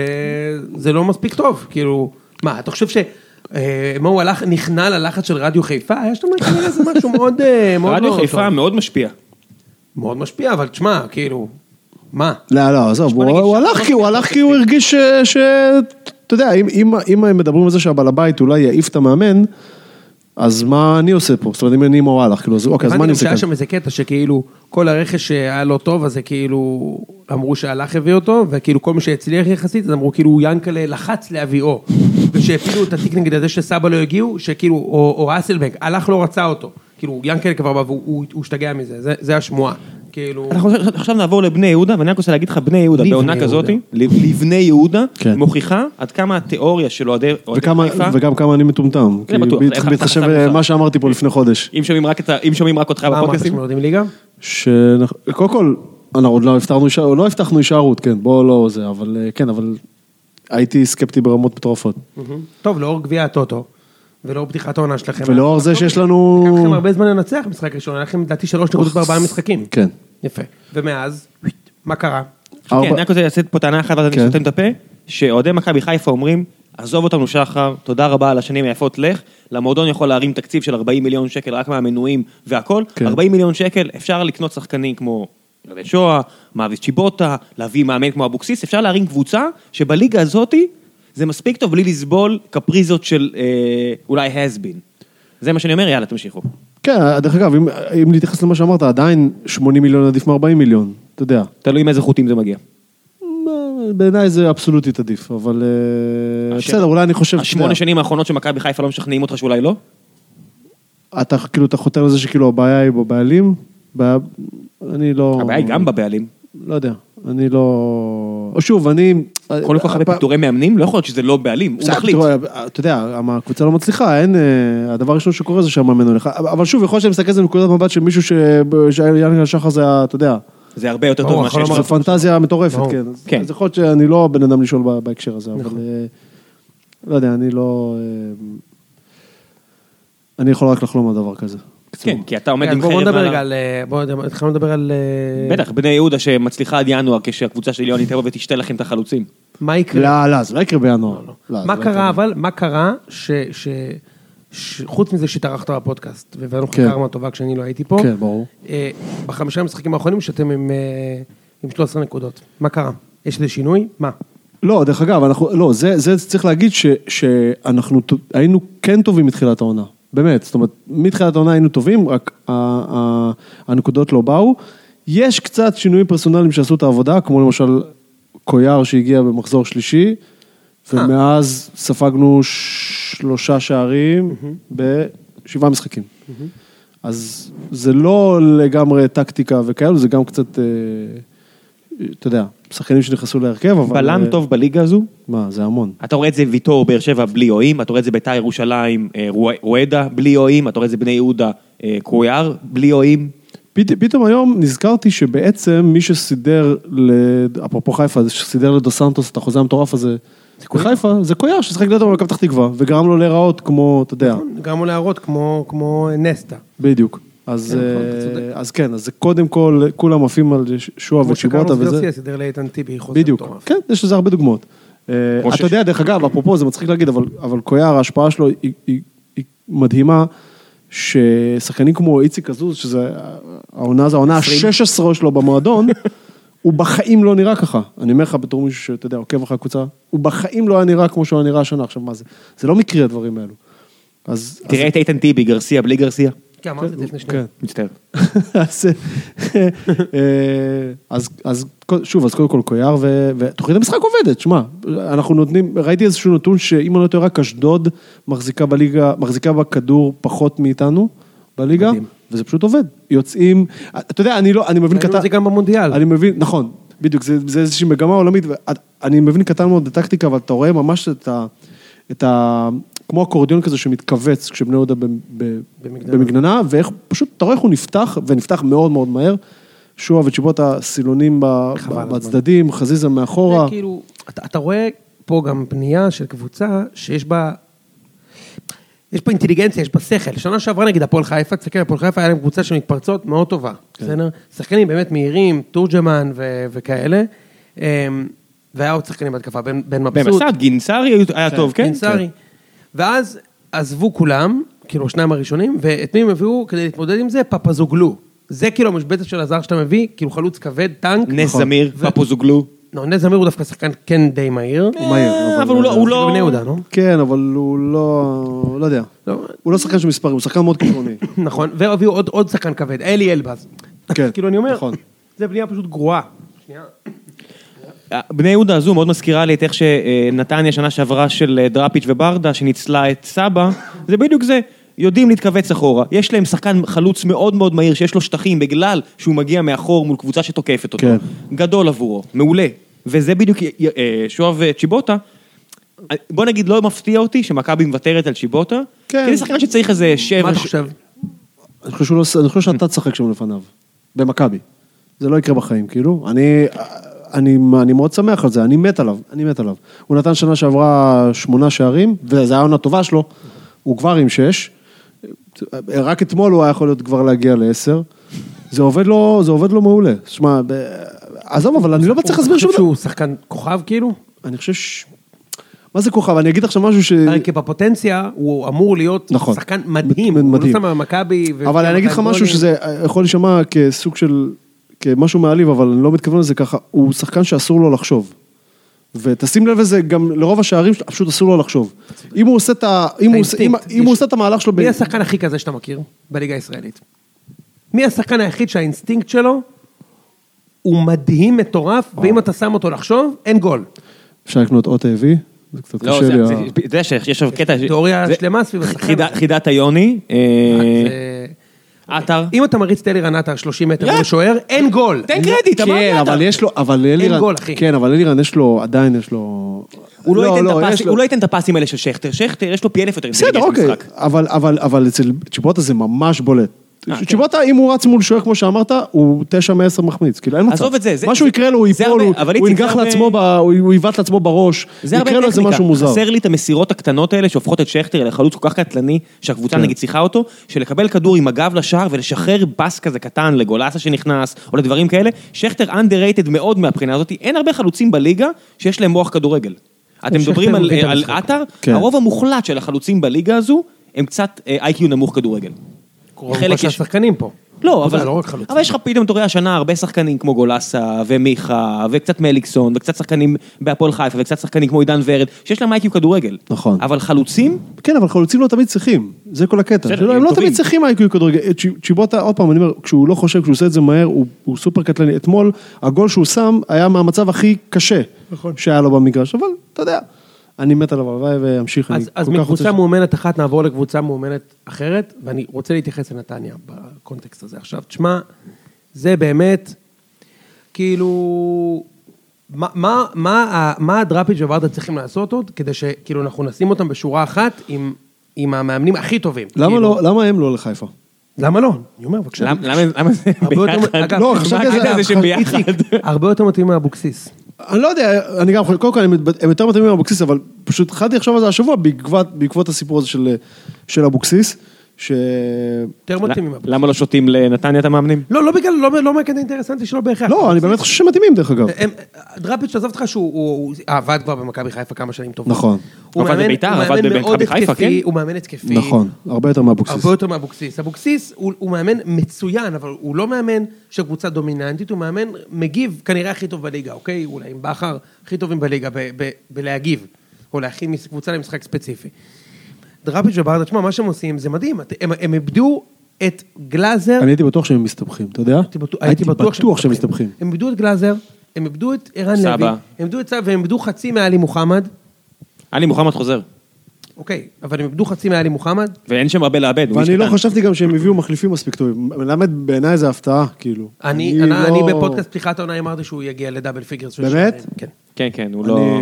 S3: שזה לא מספיק טוב, כאילו, מה, אתה חושב ש... אה, מה הוא הלך, נכנע ללחץ של רדיו חיפה? היה שם כנראה איזה משהו מאוד אה, מאוד
S1: רדיו
S3: מאוד
S1: חיפה
S3: טוב.
S1: מאוד משפיע.
S3: מאוד משפיע, אבל תשמע, כאילו, מה?
S2: לא, לא, עזוב, הוא-
S1: נגיד
S2: הוא
S1: שם
S2: הלך כי הוא הלך כי הוא הרגיש ש... ש- אתה יודע, אם- אם- אם הם מדברים על זה שהבעל הבית אולי יעיף את המאמן, אז מה אני עושה פה? זאת אומרת, אם אני מורה הלך, כאילו, אז אוקיי, אז מה
S3: הבנתי
S2: אני
S3: גם
S2: עושה
S3: שהיה
S2: כאן?
S3: שם איזה קטע שכאילו, כל הרכש שהיה לא טוב, אז זה כאילו, אמרו שהלך הביא אותו, וכאילו כל מי שהצליח יחסית, אז אמרו כאילו ינקלה לחץ להביאו. ושהפילו את התיק נגד הזה שסבא לא הגיעו, שכאילו, או, או אסלבנק, הלך לא רצה אותו. כאילו, ינקלה כבר בא והוא הוא- הוא השתגע מזה, זה, זה השמועה. כאילו,
S1: אנחנו עכשיו- עכשיו נעבור לבני יהודה, ואני רק רוצה להגיד לך, בני יהודה,
S3: לבני
S1: בעונה
S3: יהודה.
S1: כזאת, לב- לבני יהודה,
S2: כן.
S1: מוכיחה עד כמה התיאוריה של אוהדי אוהדי
S2: וכמה-
S1: חיפה,
S2: וגם כמה אני מטומטם. כי
S1: בטוח,
S2: בהת-
S1: איך-
S2: בהתחשב
S1: איך- איך-
S2: במה שאמרתי פה לפני חודש.
S1: אם שומעים רק את ה- אם שומעים רק אותך
S3: מה אמרת
S1: בפודקאסטים,
S3: שאתם יורדים ליגה?
S2: שאנחנו- קודם כל, אנחנו עוד לא הבטחנו הישאר- לא הבטחנו הישארות, כן, בואו לא זה, אבל אה, כן, אבל הייתי סקפטי ברמות מטורפות.
S3: כן, טוב, לאור גביע הטוטו, ולאור פתיחת העונה שלכם.
S2: ולאור זה שיש לנו...
S3: לקח אוקיי, לכם הרבה זמן לנצח משחק ראשון, היה לכם לדעתי שלוש נקודות בארבעה משחקים.
S2: כן.
S3: יפה. ומאז, מה קרה?
S1: כן,
S3: אוקיי,
S2: ארבע-
S1: אני רק רוצה לצאת פה טענה אחת ואז
S2: כן.
S1: אני סותם את הפה, שאוהדי מכבי חיפה אומרים, עזוב אותנו שחר, תודה רבה על השנים היפות, לך, למועדון יכול להרים תקציב של 40 מיליון שקל רק מהמנויים והכל,
S2: כן.
S1: 40 מיליון שקל אפשר לקנות שחקנים כמו רבן שואה, מאביס צ'יבוטה, להביא מאמן כמו אבוקסיס, אפשר להרים קבוצה שבליגה הזאתי זה מספיק טוב בלי לסבול קפריזות של אה, אולי has been. זה מה שאני אומר, יאללה תמשיכו.
S2: כן, דרך אגב, אם- אם להתייחס למה שאמרת, עדיין 80 מיליון עדיף מ-40 מיליון, אתה יודע.
S1: תלוי מאיזה חוטים זה מגיע.
S2: בעיניי זה אבסולוטית עדיף, אבל אה,
S1: הש-
S2: בסדר, אולי אני חושב, אתה
S1: השמונה
S2: יודע,
S1: שנים האחרונות שמכבי חיפה לא משכנעים אותך שאולי לא?
S2: אתה כאילו, אתה חותר לזה שכאילו הבעיה היא בבעלים, בעיה- אני לא...
S1: הבעיה היא גם בבעלים.
S2: לא יודע, אני לא... שוב, אני...
S1: כל כך הרבה
S2: הפ-
S1: פיטורי מאמנים, לא יכול להיות שזה לא בעלים, הוא
S2: בסדר,
S1: מחליט.
S2: תראו, אה, אתה יודע, למה הקבוצה לא מצליחה, אין... אה, הדבר הראשון שקורה זה שהמאמן הולך. אה, אבל שוב, יכול להיות שאני מסתכל על זה מנקודת מבט של מישהו ש... שיאנגל שחר זה, ה- אתה יודע,
S1: זה הרבה יותר
S3: ברור,
S1: טוב ממה
S3: יכול
S1: שיש
S2: זה
S1: לך.
S2: פנטזיה מטורפת,
S3: ברור.
S2: כן. אז-
S1: כן.
S2: אז יכול להיות שאני לא הבן אדם לשאול ב- בהקשר הזה, אבל... אה, לא יודע, אני לא... אה, אני יכול רק לחלום על דבר כזה.
S1: כן, כי אתה עומד
S3: כן,
S1: עם
S3: בוא- בוא
S1: חרב
S3: נדבר
S1: מעל
S3: רגע
S1: ה-
S3: על... אה, בוא נדבר- התחלנו לדבר על... אה,
S1: בטח, בני יהודה שמצליחה עד ינואר כשהקבוצה של יוני תבוא ותשתה לכם את החלוצים.
S3: מה
S1: כן.
S3: יקרה?
S2: לא, לא, זה לא יקרה בינואר. לא, זה
S3: מה
S2: לא יקרה.
S3: קרה אבל? מה קרה ש... ש- ש- חוץ מזה שהתארחת בפודקאסט, והבאנו לך
S2: כן.
S3: קרמה טובה כשאני לא הייתי פה.
S2: כן, ברור.
S3: אה, בחמישה המשחקים האחרונים שאתם עם אה, עם 13 נקודות. מה קרה? יש איזה שינוי? מה?
S2: לא, דרך אגב, אנחנו, לא, זה, זה צריך להגיד ש, שאנחנו ט- היינו כן טובים מתחילת העונה, באמת, זאת אומרת, מתחילת העונה היינו טובים, רק ה, ה, הנקודות לא באו. יש קצת שינויים פרסונליים שעשו את העבודה, כמו למשל קויאר שהגיע במחזור שלישי,
S1: אה.
S2: ומאז ספגנו שלושה שערים בשבעה משחקים. אז זה לא לגמרי טקטיקה וכאלו, זה גם קצת, אה, אתה יודע, שחקנים שנכנסו להרכב, אבל...
S1: בלם
S2: אה,
S1: טוב בליגה הזו,
S2: מה, זה המון.
S1: אתה רואה את זה ויטור באר שבע בלי אוהים, אתה רואה את זה ביתר ירושלים אה, רוע- רואדה בלי אוהים, אתה רואה את זה בני יהודה אה, קרויאר בלי אוהים.
S2: פת, פתאום היום נזכרתי שבעצם מי שסידר, ל, אפרופו חיפה, זה שסידר לדו סנטוס את החוזה המטורף הזה, בחיפה, זה קויאר ששיחק נטו במכבי פתח תקווה, וגרם לו להיראות כמו, אתה יודע,
S3: גם הוא להערות כמו, כמו נסטה.
S2: בדיוק. אז,
S3: נכון, אתה
S2: אה,
S3: צודק.
S2: אז כן, אז זה קודם כל, כולם עפים על ש- שועה
S3: כמו
S2: וצ'יבוטה
S3: שקרלוס
S2: וזה.
S3: גרסיה סידר לאיתן טיבי חוזה
S2: בדיוק,
S3: מטורף.
S2: כן, יש לזה הרבה דוגמאות. אה,
S1: כמו
S2: אתה
S1: שיש-
S2: יודע, דרך אגב, אפרופו, זה מצחיק להגיד, אבל, אבל קויאר, ההשפעה שלו היא, היא, היא מדהימה, ששחקנים כמו איציק עזוז, שזה העונה, זו העונה ה-16 שלו במועדון, הוא בחיים לא נראה ככה. אני אומר לך בתור מישהו שאתה יודע, עוקב אחרי הקבוצה, הוא בחיים לא היה נראה כמו שהוא היה נראה השנה. עכשיו, מה זה? זה לא מקרי הדברים האלו. אז...
S1: תראה את איתן טיבי, גרסיה, בלי גרסיה.
S3: כן, אמרת את זה לפני שניה.
S2: כן.
S1: מצטער.
S2: אז, אה, אז, אז כל- שוב, אז קודם כל קויאר, ו- ותוכנית המשחק עובדת, שמע, אנחנו נותנים, ראיתי איזשהו נתון שאם אני לא טועה, רק אשדוד מחזיקה בליגה, מחזיקה בכדור פחות מאיתנו בליגה,
S3: מדהים.
S2: וזה פשוט עובד. יוצאים, אתה יודע, אני לא, אני מבין
S3: ראינו
S2: קטן,
S3: את זה גם במונדיאל.
S2: אני מבין, נכון, בדיוק, זה, זה איזושהי מגמה עולמית, ואת- אני מבין קטן מאוד בטקטיקה, אבל אתה רואה ממש את ה... את ה כמו אקורדיון כזה שמתכווץ כשבני יהודה ב- ב-
S3: במגננה.
S2: במגננה, ואיך, פשוט, אתה רואה איך הוא נפתח, ונפתח מאוד מאוד מהר. שועה וצ'יבוטה סילונים ב-
S3: חבל על
S2: בצדדים, חזיזה מאחורה.
S3: זה כאילו, אתה, אתה רואה פה גם פנייה של קבוצה שיש בה... יש פה אינטליגנציה, יש בה שכל. שנה שעברה נגיד הפועל חיפה, תסתכל, הפועל חיפה היה להם קבוצה של מתפרצות מאוד טובה,
S1: כן.
S3: בסדר? שחקנים באמת מהירים, תורג'מן ו- וכאלה. אמ, והיה עוד שחקנים בהתקפה, בן, בן מבסוט.
S1: במסד, גינסארי היו- היה טוב, כן?
S3: קינסרי. ואז עזבו כולם, כאילו השניים הראשונים, ואת מי הם הביאו כדי להתמודד עם זה? פפזוגלו. זה כאילו המשבצת של הזר שאתה מביא, כאילו חלוץ כבד, טנק.
S1: נס
S3: נכון.
S1: זמיר,
S3: ו-
S1: פפוזוגלו.
S3: לא, נס זמיר הוא דווקא שחקן כן די מהיר.
S2: הוא מהיר, נכון.
S1: אה,
S2: אבל-
S1: אבל הוא לא- הוא לא...
S3: בני יהודה, נו.
S2: כן, אבל הוא לא, לא יודע.
S3: כאילו- לא,
S2: הוא לא שחקן של מספרים, הוא שחקן מאוד קיצוני.
S3: נכון, והביאו עוד עוד שחקן כבד, אלי אלבז.
S2: כן,
S3: כאילו אני אומר,
S2: נכון. כן,
S3: זה בנייה פשוט גרועה. שנייה.
S1: בני יהודה הזו מאוד מזכירה לי את איך שנתניה שנה שעברה של אה, דראפיץ' וברדה, שניצלה את סבא, זה בדיוק זה. יודעים להתכווץ אחורה, יש להם שחקן חלוץ מאוד מאוד מהיר שיש לו שטחים בגלל שהוא מגיע מאחור מול קבוצה שתוקפת אותו.
S2: כן.
S1: גדול עבורו, מעולה. וזה בדיוק אה, אה, שואב אה, צ'יבוטה. אה, בוא נגיד לא מפתיע אותי שמכבי מוותרת על צ'יבוטה.
S2: כן.
S1: כן. כי זה שחקן שצריך איזה שבע...
S3: מה אתה
S1: ש-
S3: חושב?
S2: אני חושב, שהוא לא, אני חושב שאתה תשחק שם לפניו, במכבי. זה לא יקרה בחיים, כאילו. אני, אני, אני מאוד שמח על זה, אני מת עליו, אני מת עליו. הוא נתן שנה שעברה שמונה שערים, וזו הייתה עונה טובה שלו, הוא כבר עם שש. רק אתמול הוא היה יכול להיות כבר להגיע לעשר. זה עובד לו, זה עובד לו מעולה. שמע, ב- עזוב, אבל אני לא מצליח להסביר שום
S3: חושב
S2: דבר.
S3: שהוא שחקן כוכב כאילו?
S2: אני חושב ש... מה זה כוכב? אני אגיד עכשיו משהו ש...
S3: הרי כי בפוטנציה הוא אמור להיות
S2: אה, נכון.
S3: שחקן מדהים.
S2: מד-
S3: הוא לא
S2: מדהים.
S3: שם על מכבי. ו-
S2: אבל אני אגיד לך משהו שזה אה, יכול להישמע כסוג של, כמשהו מעליב, אבל אני לא מתכוון לזה ככה, הוא שחקן שאסור לו לחשוב. ותשים לב לזה, גם לרוב השערים שלו, פשוט אסור לו לחשוב. אם הוא עושה את ה... אם הוא עושה- אם-
S3: האינסטינקט.
S2: אם הוא עושה את המהלך שלו... ב-
S3: מי השחקן הכי כזה שאתה מכיר בליגה הישראלית? מי השחקן היחיד שהאינסטינקט שלו הוא מדהים, מטורף, ואם
S2: אה.
S3: אתה שם אותו לחשוב, אין גול.
S2: אפשר לקנות אות AV? זה קצת
S1: לא,
S2: קשה
S1: זה-
S2: לי. אה.
S1: זה-
S2: ה-
S1: אתה יודע שיש שם קטע... ש-
S3: תיאוריה
S1: זה-
S3: שלמה סביב השחקן
S1: חידה-
S3: הזה.
S1: חידת היוני, אה,
S3: זה-
S1: עטר.
S3: אם אתה מריץ את אלירן עטר 30 מטר
S1: רק-
S3: מול שוער, אין גול.
S1: תן קרדיט, אמרתי
S2: כן,
S1: עטר.
S2: אבל יש לו, אבל אלירן...
S3: גול, אחי.
S2: כן, אבל אלירן יש לו, עדיין יש לו...
S1: הוא לא, ייתן את
S2: יש
S1: הפסים,
S2: לו-
S1: הוא לא ייתן את הפסים האלה של שכטר, שכטר יש לו פי אלף יותר
S2: בסדר,
S1: אינטליגנציה
S2: אוקיי,
S1: במשחק.
S2: אבל, אבל, אבל אצל צ'יבוטה זה ממש בולט.
S1: כן.
S2: צ'יבוטה, אם הוא רץ מול שוער, כמו שאמרת, הוא תשע מעשר מחמיץ, כאילו אין מצב.
S1: עזוב את זה, זה-
S2: משהו
S1: זה-
S2: יקרה לו, הוא
S1: זה
S2: ייפול,
S1: הרבה-
S2: הוא-
S1: אבל
S2: הוא
S1: איציק, זה
S2: ינגח
S1: הרבה-
S2: לעצמו, ב- הוא הוא יבעט לעצמו בראש,
S1: זה הרבה
S2: יקרה לו איזה משהו
S1: טכניקה,
S2: מוזר.
S1: חסר לי את המסירות הקטנות האלה שהופכות את שכטר לחלוץ כל כך קטלני, שהקבוצה
S2: כן.
S1: נגיד צריכה אותו, שלקבל כדור עם הגב לשער ולשחרר פס כזה קטן לגולסה שנכנס, או לדברים כאלה, שכטר underrated מאוד מהבחינה הזאת, אין הרבה חלוצים בליגה שיש להם מוח כדורגל. אתם
S3: שכטר
S1: מדברים על- אה,
S3: מבין את
S1: על
S3: המשחק.
S1: עטר,
S2: כן.
S1: הרוב המוחלט של החלוצים בליגה הזו, הם קצת אה, איי-קיו נמוך כדורגל.
S3: חלק של השחקנים פה.
S1: לא,
S3: אתה יודע,
S1: אבל,
S3: לא רק חלוצים.
S1: אבל יש לך פתאום, אתה רואה השנה הרבה שחקנים כמו גולסה ומיכה וקצת מליקסון וקצת שחקנים בהפועל חיפה וקצת שחקנים כמו עידן ורד, שיש להם איי-קיו כדורגל.
S2: נכון.
S1: אבל חלוצים,
S2: כן, אבל חלוצים לא תמיד צריכים, זה כל הקטע.
S1: בסדר,
S2: שלא-
S1: הם
S2: הם לא
S1: טובים.
S2: תמיד צריכים איי-קיו כדורגל. אה, צ'י- צ'יבוטה, עוד פעם, אני אומר, כשהוא לא חושב, כשהוא עושה את זה מהר, הוא- הוא סופר קטלני. אתמול, הגול שהוא שם היה מהמצב הכי קשה שהיה לו במגרש, אבל אתה יודע, אני מת עליו, הלוואי וימשיך. אני
S3: אז, אז
S2: כל כך רוצה
S3: מקבוצה
S2: ש-
S3: מאומנת אחת נעבור לקבוצה מאומנת אחרת, ואני רוצה להתייחס לנתניה בקונטקסט הזה. עכשיו, תשמע, זה באמת, כאילו, מה, מה, מה, ה- מה הדראפיץ' וברדה צריכים לעשות עוד, כדי שכאילו אנחנו נשים אותם בשורה אחת עם, עם המאמנים הכי טובים.
S2: למה
S3: כאילו,
S2: לא- למה הם לא לחיפה?
S3: למה לא? אני אומר, בבקשה.
S1: למה, למה, למה זה
S3: הרבה יותר-
S1: ביחד?
S3: אגב,
S2: לא, חשבתי על זה
S1: הקטע הזה
S2: עכשיו,
S1: שביחד.
S3: איציק, הרבה יותר מתאים מאבוקסיס.
S2: אני לא יודע, אני גם חושב, קודם כל הם מתבד- הם יותר מתאימים לאבוקסיס, אבל פשוט התחלתי לחשוב על זה השבוע בעקבות, בעקבות הסיפור הזה של, של אבוקסיס, ש...
S3: יותר מתאים. עם-
S1: למה לא שותים לנתניה את המאמנים?
S3: לא, לא בגלל, לא- לא מהקטע האינטרסנטי שלו בהכרח.
S2: לא, אני באמת חושב שהם מתאימים דרך אגב.
S3: הם- דראפיץ', עזוב אותך שהוא הוא- הוא עבד כבר במכבי חיפה כמה שנים טובות.
S2: נכון.
S3: הוא
S1: עבד
S3: מאמן-
S1: בביתר,
S3: הוא
S1: עבד
S3: מאמן
S1: במכבי
S3: מאוד
S1: חיפה,
S3: התקפי,
S1: כן?
S3: הוא מאמן התקפי.
S2: נכון, הרבה יותר מאבוקסיס.
S3: הרבה יותר מאבוקסיס. אבוקסיס הוא, הוא מאמן מצוין, אבל הוא לא מאמן של קבוצה דומיננטית, הוא מאמן מגיב כנראה הכי טוב בליגה, אוקיי? אולי עם בכר, הכי טובים בליגה ב, ב, בלהגיב, או להכין מס- קבוצה למשחק ספציפי. דראפיץ' וברדה, תשמע, מה שהם עושים זה מדהים, את- הם, הם איבדו את גלאזר,
S2: אני הייתי בטוח שהם מסתבכים, אתה יודע?
S3: הייתי בטוח- הייתי בטוח
S2: בטוח שהם מסתבכים.
S3: הם איבדו את גלאזר, הם איבדו את ערן
S1: סבא.
S3: לוי, הם איבדו את סבא, והם איבדו חצי מעלי מוחמד,
S1: עלי מוחמד חוזר,
S3: אוקיי, אבל הם איבדו חצי מעלי מוחמד,
S1: ואין שם הרבה לאבד. הוא איש
S2: ואני לא
S1: קטן.
S2: חשבתי גם שהם הביאו מחליפים מספיק טובים. מלמד בעיניי זה הפתעה, כאילו.
S3: אני, אני,
S2: לא-
S3: אני בפודקאסט פתיחת העונה אמרתי שהוא יגיע לדאבל פיגרס. של
S2: באמת?
S3: שערים, כן.
S1: כן, כן, הוא לא...
S2: אני-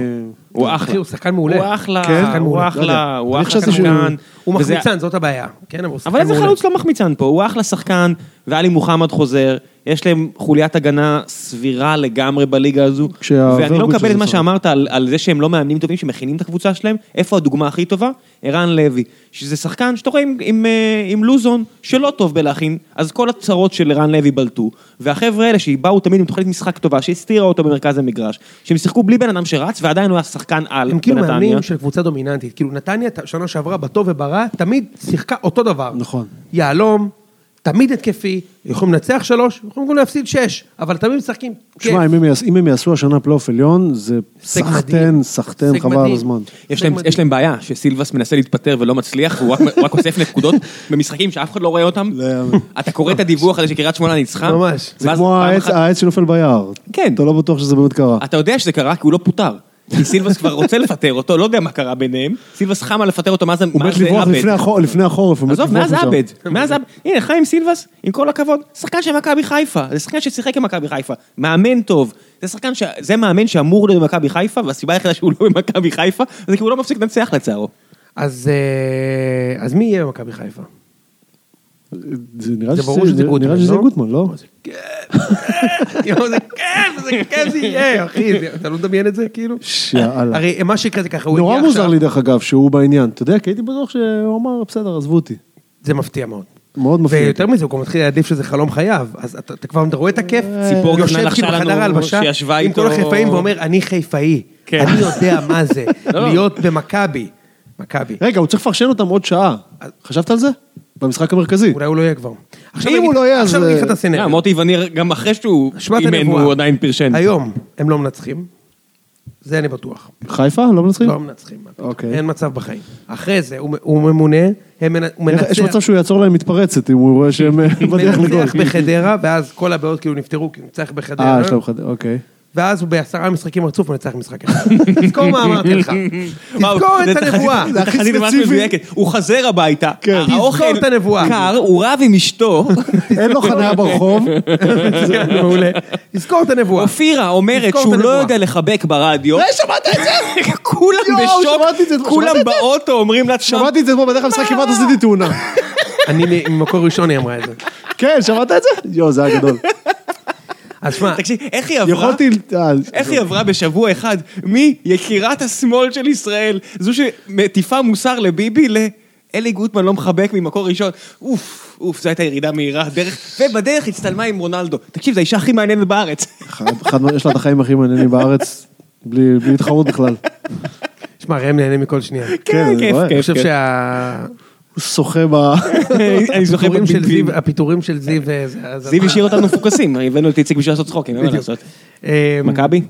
S1: הוא אחלה.
S3: אחי, הוא שחקן מעולה.
S1: הוא אחלה,
S2: כן? שחקן
S1: הוא
S2: מעולה, לא
S1: אחלה,
S2: יודע.
S1: הוא
S2: אני
S1: אחלה
S2: חשבתי שהוא-
S1: שחקן.
S3: הוא
S1: וזה-
S3: מחמיצן, זאת הבעיה. כן, אבל הוא שחקן
S1: אבל
S3: מעולה.
S1: איזה חלוץ לא מחמיצן פה, הוא אחלה שחקן, ועלי מוחמד חוזר, יש להם חוליית הגנה סבירה לגמרי בליגה הזו,
S2: כשהוורגוט
S1: ואני לא מקבל את
S2: שזה
S1: מה
S2: שם.
S1: שאמרת על, על זה שהם לא מאמנים טובים, שמכינים את הקבוצה שלהם, איפה הדוגמה הכי טובה? ערן לוי, שזה שחקן שאתה רואה עם, עם, אה, עם לוזון, שלא טוב בלהכין, אז כל הצרות של ערן לוי בלטו, והחבר'ה האלה שבאו תמיד עם תוכנית משחק טובה, שהסתירה אותו במרכז המגרש, שהם שיחקו בלי בן אדם שרץ, ועדיין הוא היה שחקן על
S3: הם כאילו
S1: בנתניה.
S3: מאמנים של קבוצה דומיננטית. כאילו, נתניה, ת- שנה שעברה, בטוב וברע, תמיד שיחקה אותו דבר.
S2: נכון.
S3: יהלום, תמיד התקפי, יכולים לנצח שלוש, יכולים גם להפסיד שש, אבל תמיד משחקים כיף.
S2: תשמע, אם הם יעש- אם הם יעשו השנה פלייאוף עליון, זה
S3: הישג
S2: סחטן,
S3: מדהים.
S2: סחטן,
S3: הישג
S2: חבל על
S3: מדהים.
S2: הזמן.
S1: יש להם,
S3: מדהים.
S1: יש להם בעיה, שסילבס מנסה להתפטר ולא מצליח, הוא רק, הוא רק אוסף נקודות במשחקים שאף אחד לא רואה אותם.
S2: לא יאמן.
S1: אתה קורא את הדיווח הזה שקריית שמונה ניצחה.
S3: ממש.
S2: זה
S1: ואז
S2: כמו
S1: פעם
S2: העץ-
S1: אחת-
S2: העץ שנופל ביער.
S1: כן.
S2: אתה לא בטוח שזה באמת קרה.
S1: אתה יודע שזה קרה כי הוא לא פוטר. כי סילבס כבר רוצה לפטר אותו, לא יודע מה קרה ביניהם. סילבס חם על לפטר אותו, מה זה
S2: הוא
S1: מה
S2: מת
S1: זה
S2: לברוח
S1: עבד.
S2: לפני החור- לפני החורף. הוא מת
S1: עזוב,
S2: לברוח
S1: מאז
S2: משם.
S1: עבד. מאז עבד. הנה, חיים סילבס, עם כל הכבוד, שחקן של מכבי חיפה. זה שחקן ששיחק עם מכבי חיפה. מאמן טוב. זה שחקן ש... זה מאמן שאמור להיות במכבי חיפה, והסיבה היחידה שהוא לא במכבי חיפה, זה כי הוא לא מפסיק לנצח לצערו.
S3: אז אה, אז מי יהיה במכבי חיפה?
S2: זה נראה
S3: זה
S2: שזה-
S3: ברור שזה
S2: נראה
S3: גוטמן,
S2: שזה
S3: לא?
S2: גוטמן, לא?
S3: יואו, זה כיף, זה כיף זה יהיה, אחי, זה- אתה לא מדמיין את זה, כאילו?
S2: שאלה.
S3: הרי מה שיקרה זה ככה, הוא
S2: נורא
S3: הגיע
S2: מוזר
S3: עכשיו,
S2: לי דרך אגב שהוא בעניין, אתה יודע, כי הייתי בטוח שהוא אמר בסדר עזבו אותי,
S3: זה מפתיע מאוד.
S2: מאוד מפתיע.
S3: ויותר מזה, הוא כבר מתחיל להעדיף שזה חלום חייו, אז אתה אתה כבר רואה את הכיף.
S1: ציפור
S3: יושב
S1: גפנן
S3: כאילו
S1: לחשה
S3: בחדר
S1: לנו
S3: ההלבשה
S1: שישבה
S3: עם כל
S1: איתו-
S3: החיפאים ואומר, אני חיפאי,
S1: כן.
S3: אני יודע מה זה,
S1: לא, לא.
S3: להיות במכבי. מכבי.
S2: רגע, הוא צריך לפרשן אותם עוד שעה, חשבת על זה? במשחק המרכזי.
S3: אולי הוא לא יהיה כבר. עכשיו
S2: אם
S3: אני
S2: הוא
S3: אגיד-
S2: לא יהיה, אז-
S3: עכשיו אני אגיד לך את
S1: אה,
S3: הסצנריו.
S1: מוטי וניר, גם אחרי שהוא
S3: אשמת
S1: אימן,
S3: הנבואה.
S1: הוא עדיין פרשן.
S3: היום הם לא מנצחים, זה אני בטוח.
S2: חיפה? לא מנצחים?
S3: לא מנצחים. מה פתאום.
S2: אוקיי.
S3: אין מצב בחיים. אחרי זה, הוא- הוא ממונה, הם מנ- הוא
S2: איך-
S3: מנצח.
S2: יש מצב שהוא יעצור להם מתפרצת אם הוא רואה שהם בדרך לגול.
S3: מנצח בחדרה, ואז כל הבעיות כאילו נפתרו, כי הוא ניצח
S2: אה,
S3: בחדרה,
S2: יש להם חדר, אוקיי.
S3: ואז הוא בעשרה משחקים רצוף, הוא ניצח משחק אחד. תזכור מה אמרתי לך.
S1: וואו,
S3: תזכור
S1: זה
S3: את
S1: תחזית-
S3: הנבואה.
S1: זה
S2: הכי
S1: תחזית ממש
S2: ספציפי.
S1: מדויקת. הוא חזר הביתה,
S2: כן.
S1: ה-
S2: תזכור
S1: האוכל
S3: את הנבואה.
S1: קר, הוא רב עם אשתו,
S2: אין לו חניה ברחוב,
S3: זה מעולה. תזכור את הנבואה.
S1: אופירה אומרת
S3: תזכור את
S1: שהוא לא
S3: הנבואה.
S1: יודע לחבק ברדיו. שמעת את זה? כולם
S2: יואו, שמעתי את זה,
S1: בשוק, כולם
S2: שמעתי את זה.
S1: באוטו אומרים לעצמם.
S2: שמעתי את זה אתמול בדרך המשחק, כמעט עשיתי תאונה.
S3: אני ממקור ראשון היא אמרה את זה.
S2: כן, שמעת את זה? יואו, זה היה גדול.
S3: אז שמע,
S1: תקשיב, איך היא עברה?
S2: יכולתי... אה,
S1: איך היא עברה בשבוע אחד מיקירת השמאל של ישראל, זו שמטיפה מוסר לביבי, לאלי גוטמן לא מחבק ממקור ראשון, אוף, אוף, זו הייתה ירידה מהירה, דרך, ובדרך הצטלמה עם רונלדו. תקשיב, זו האישה הכי מעניינת בארץ.
S2: חד- חד- יש לה את החיים הכי מעניינים בארץ, בלי בלי התחרות בכלל.
S3: שמע, ראם נהנה מכל שנייה.
S2: כן,
S1: כן,
S2: אני
S1: כיף,
S2: רואה.
S3: אני
S1: כיף,
S3: חושב
S1: כיף.
S3: שה...
S2: הוא שוחה ב...
S1: אני זוכר
S3: הפיטורים של
S1: בביבים.
S3: זיו- הפיטורים של זיו... אה, זה- אז-
S1: זיו השאיר אותנו מפוקסים, הבאנו את איציק בשביל לעשות צחוקים, אין מה
S3: בדיוק.
S1: לעשות.
S3: אה,
S1: מכבי?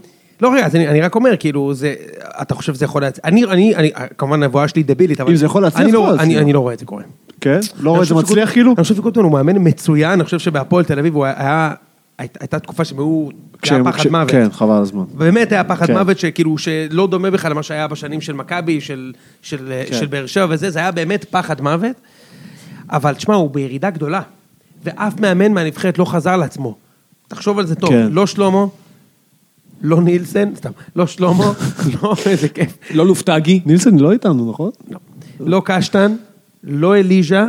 S3: לא, רגע, אז אני, אני רק אומר, כאילו, זה, אתה חושב שזה יכול להצליח, אני, אני, אני, כמובן הנבואה שלי היא דבילית, אבל...
S2: אם זה יכול להצליח,
S3: אני
S2: יכול
S3: לא,
S2: להצליח.
S3: אני, אני לא רואה את זה קורה.
S2: כן? לא רואה את זה
S3: אני חושב
S2: מצליח
S3: שקוט-
S2: כאילו?
S3: אני חושב שקוטמן הוא מאמן מצוין, אני חושב שבהפועל תל אביב הוא היה, הייתה, הייתה תקופה שהם היו, היה
S2: כשהם-
S3: פחד
S2: כש-
S3: מוות.
S2: כן, חבל על הזמן.
S3: באמת היה פחד
S2: כן.
S3: מוות שכאילו, שלא דומה בכלל למה שהיה בשנים של מכבי, של, של,
S2: כן.
S3: של באר שבע וזה, זה היה באמת פחד מוות. אבל תשמע, הוא בירידה גדולה, ואף מאמן מהנבחרת לא חזר לעצמו. תחשוב על זה טוב,
S2: כן.
S3: לא שלמה, לא נילסן, סתם, לא שלמה, לא איזה כיף,
S1: לא לופטגי.
S2: נילסון לא איתנו, נכון?
S3: לא קשטן, לא אליז'ה,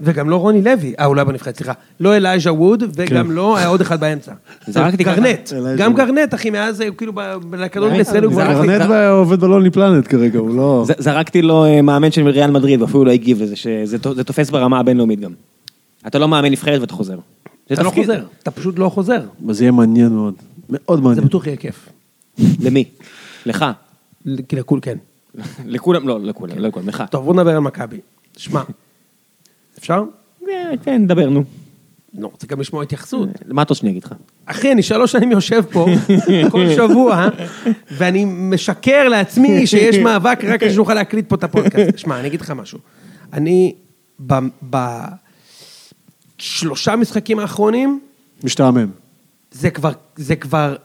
S3: וגם לא רוני לוי, אה, הוא לא היה בנבחרת, סליחה. לא אלייז'ה ווד, וגם לא, היה עוד אחד באמצע.
S1: זרקתי ככה.
S3: גרנט,
S2: אלייז'ה
S3: גם
S2: ווד.
S3: גרנט, אחי, מאז, הוא כאילו, ב- בכדורגל
S1: ראית?
S3: אצלנו הוא כבר...
S1: זרקתי-
S2: גרנט עובד בלוני פלנט כרגע, הוא לא...
S1: ז- זרקתי לו אה, מאמן של ריאל מדריד, ואפילו לא הגיב לזה, שזה ת- זה תופס ברמה הבינלאומית גם. אתה לא מאמן נבחרת ואתה חוזר. זה
S3: אתה לא
S1: תפקיד-
S3: חוזר, אתה פשוט לא חוזר.
S2: זה יהיה מעניין מאוד. מאוד
S3: זה
S2: מעניין.
S3: בטוח יהיה כיף.
S1: למי? לך.
S3: כי לכול כן.
S1: לכולם, לא, לכולם, לא לכולם, לך.
S3: טוב, בוא נדבר על מכבי. שמע, אפשר?
S1: אה, כן, דבר, נו.
S3: לא, רוצה גם לשמוע התייחסות.
S1: מה אתה רוצה שאני אגיד לך?
S3: אחי, אני שלוש שנים יושב פה, כל שבוע, ואני משקר לעצמי שיש מאבק רק כדי שנוכל להקליט פה את הפודקאסט. שמע, אני אגיד לך משהו. אני, בשלושה משחקים האחרונים,
S2: משתעמם.
S3: זה כבר, זה כבר,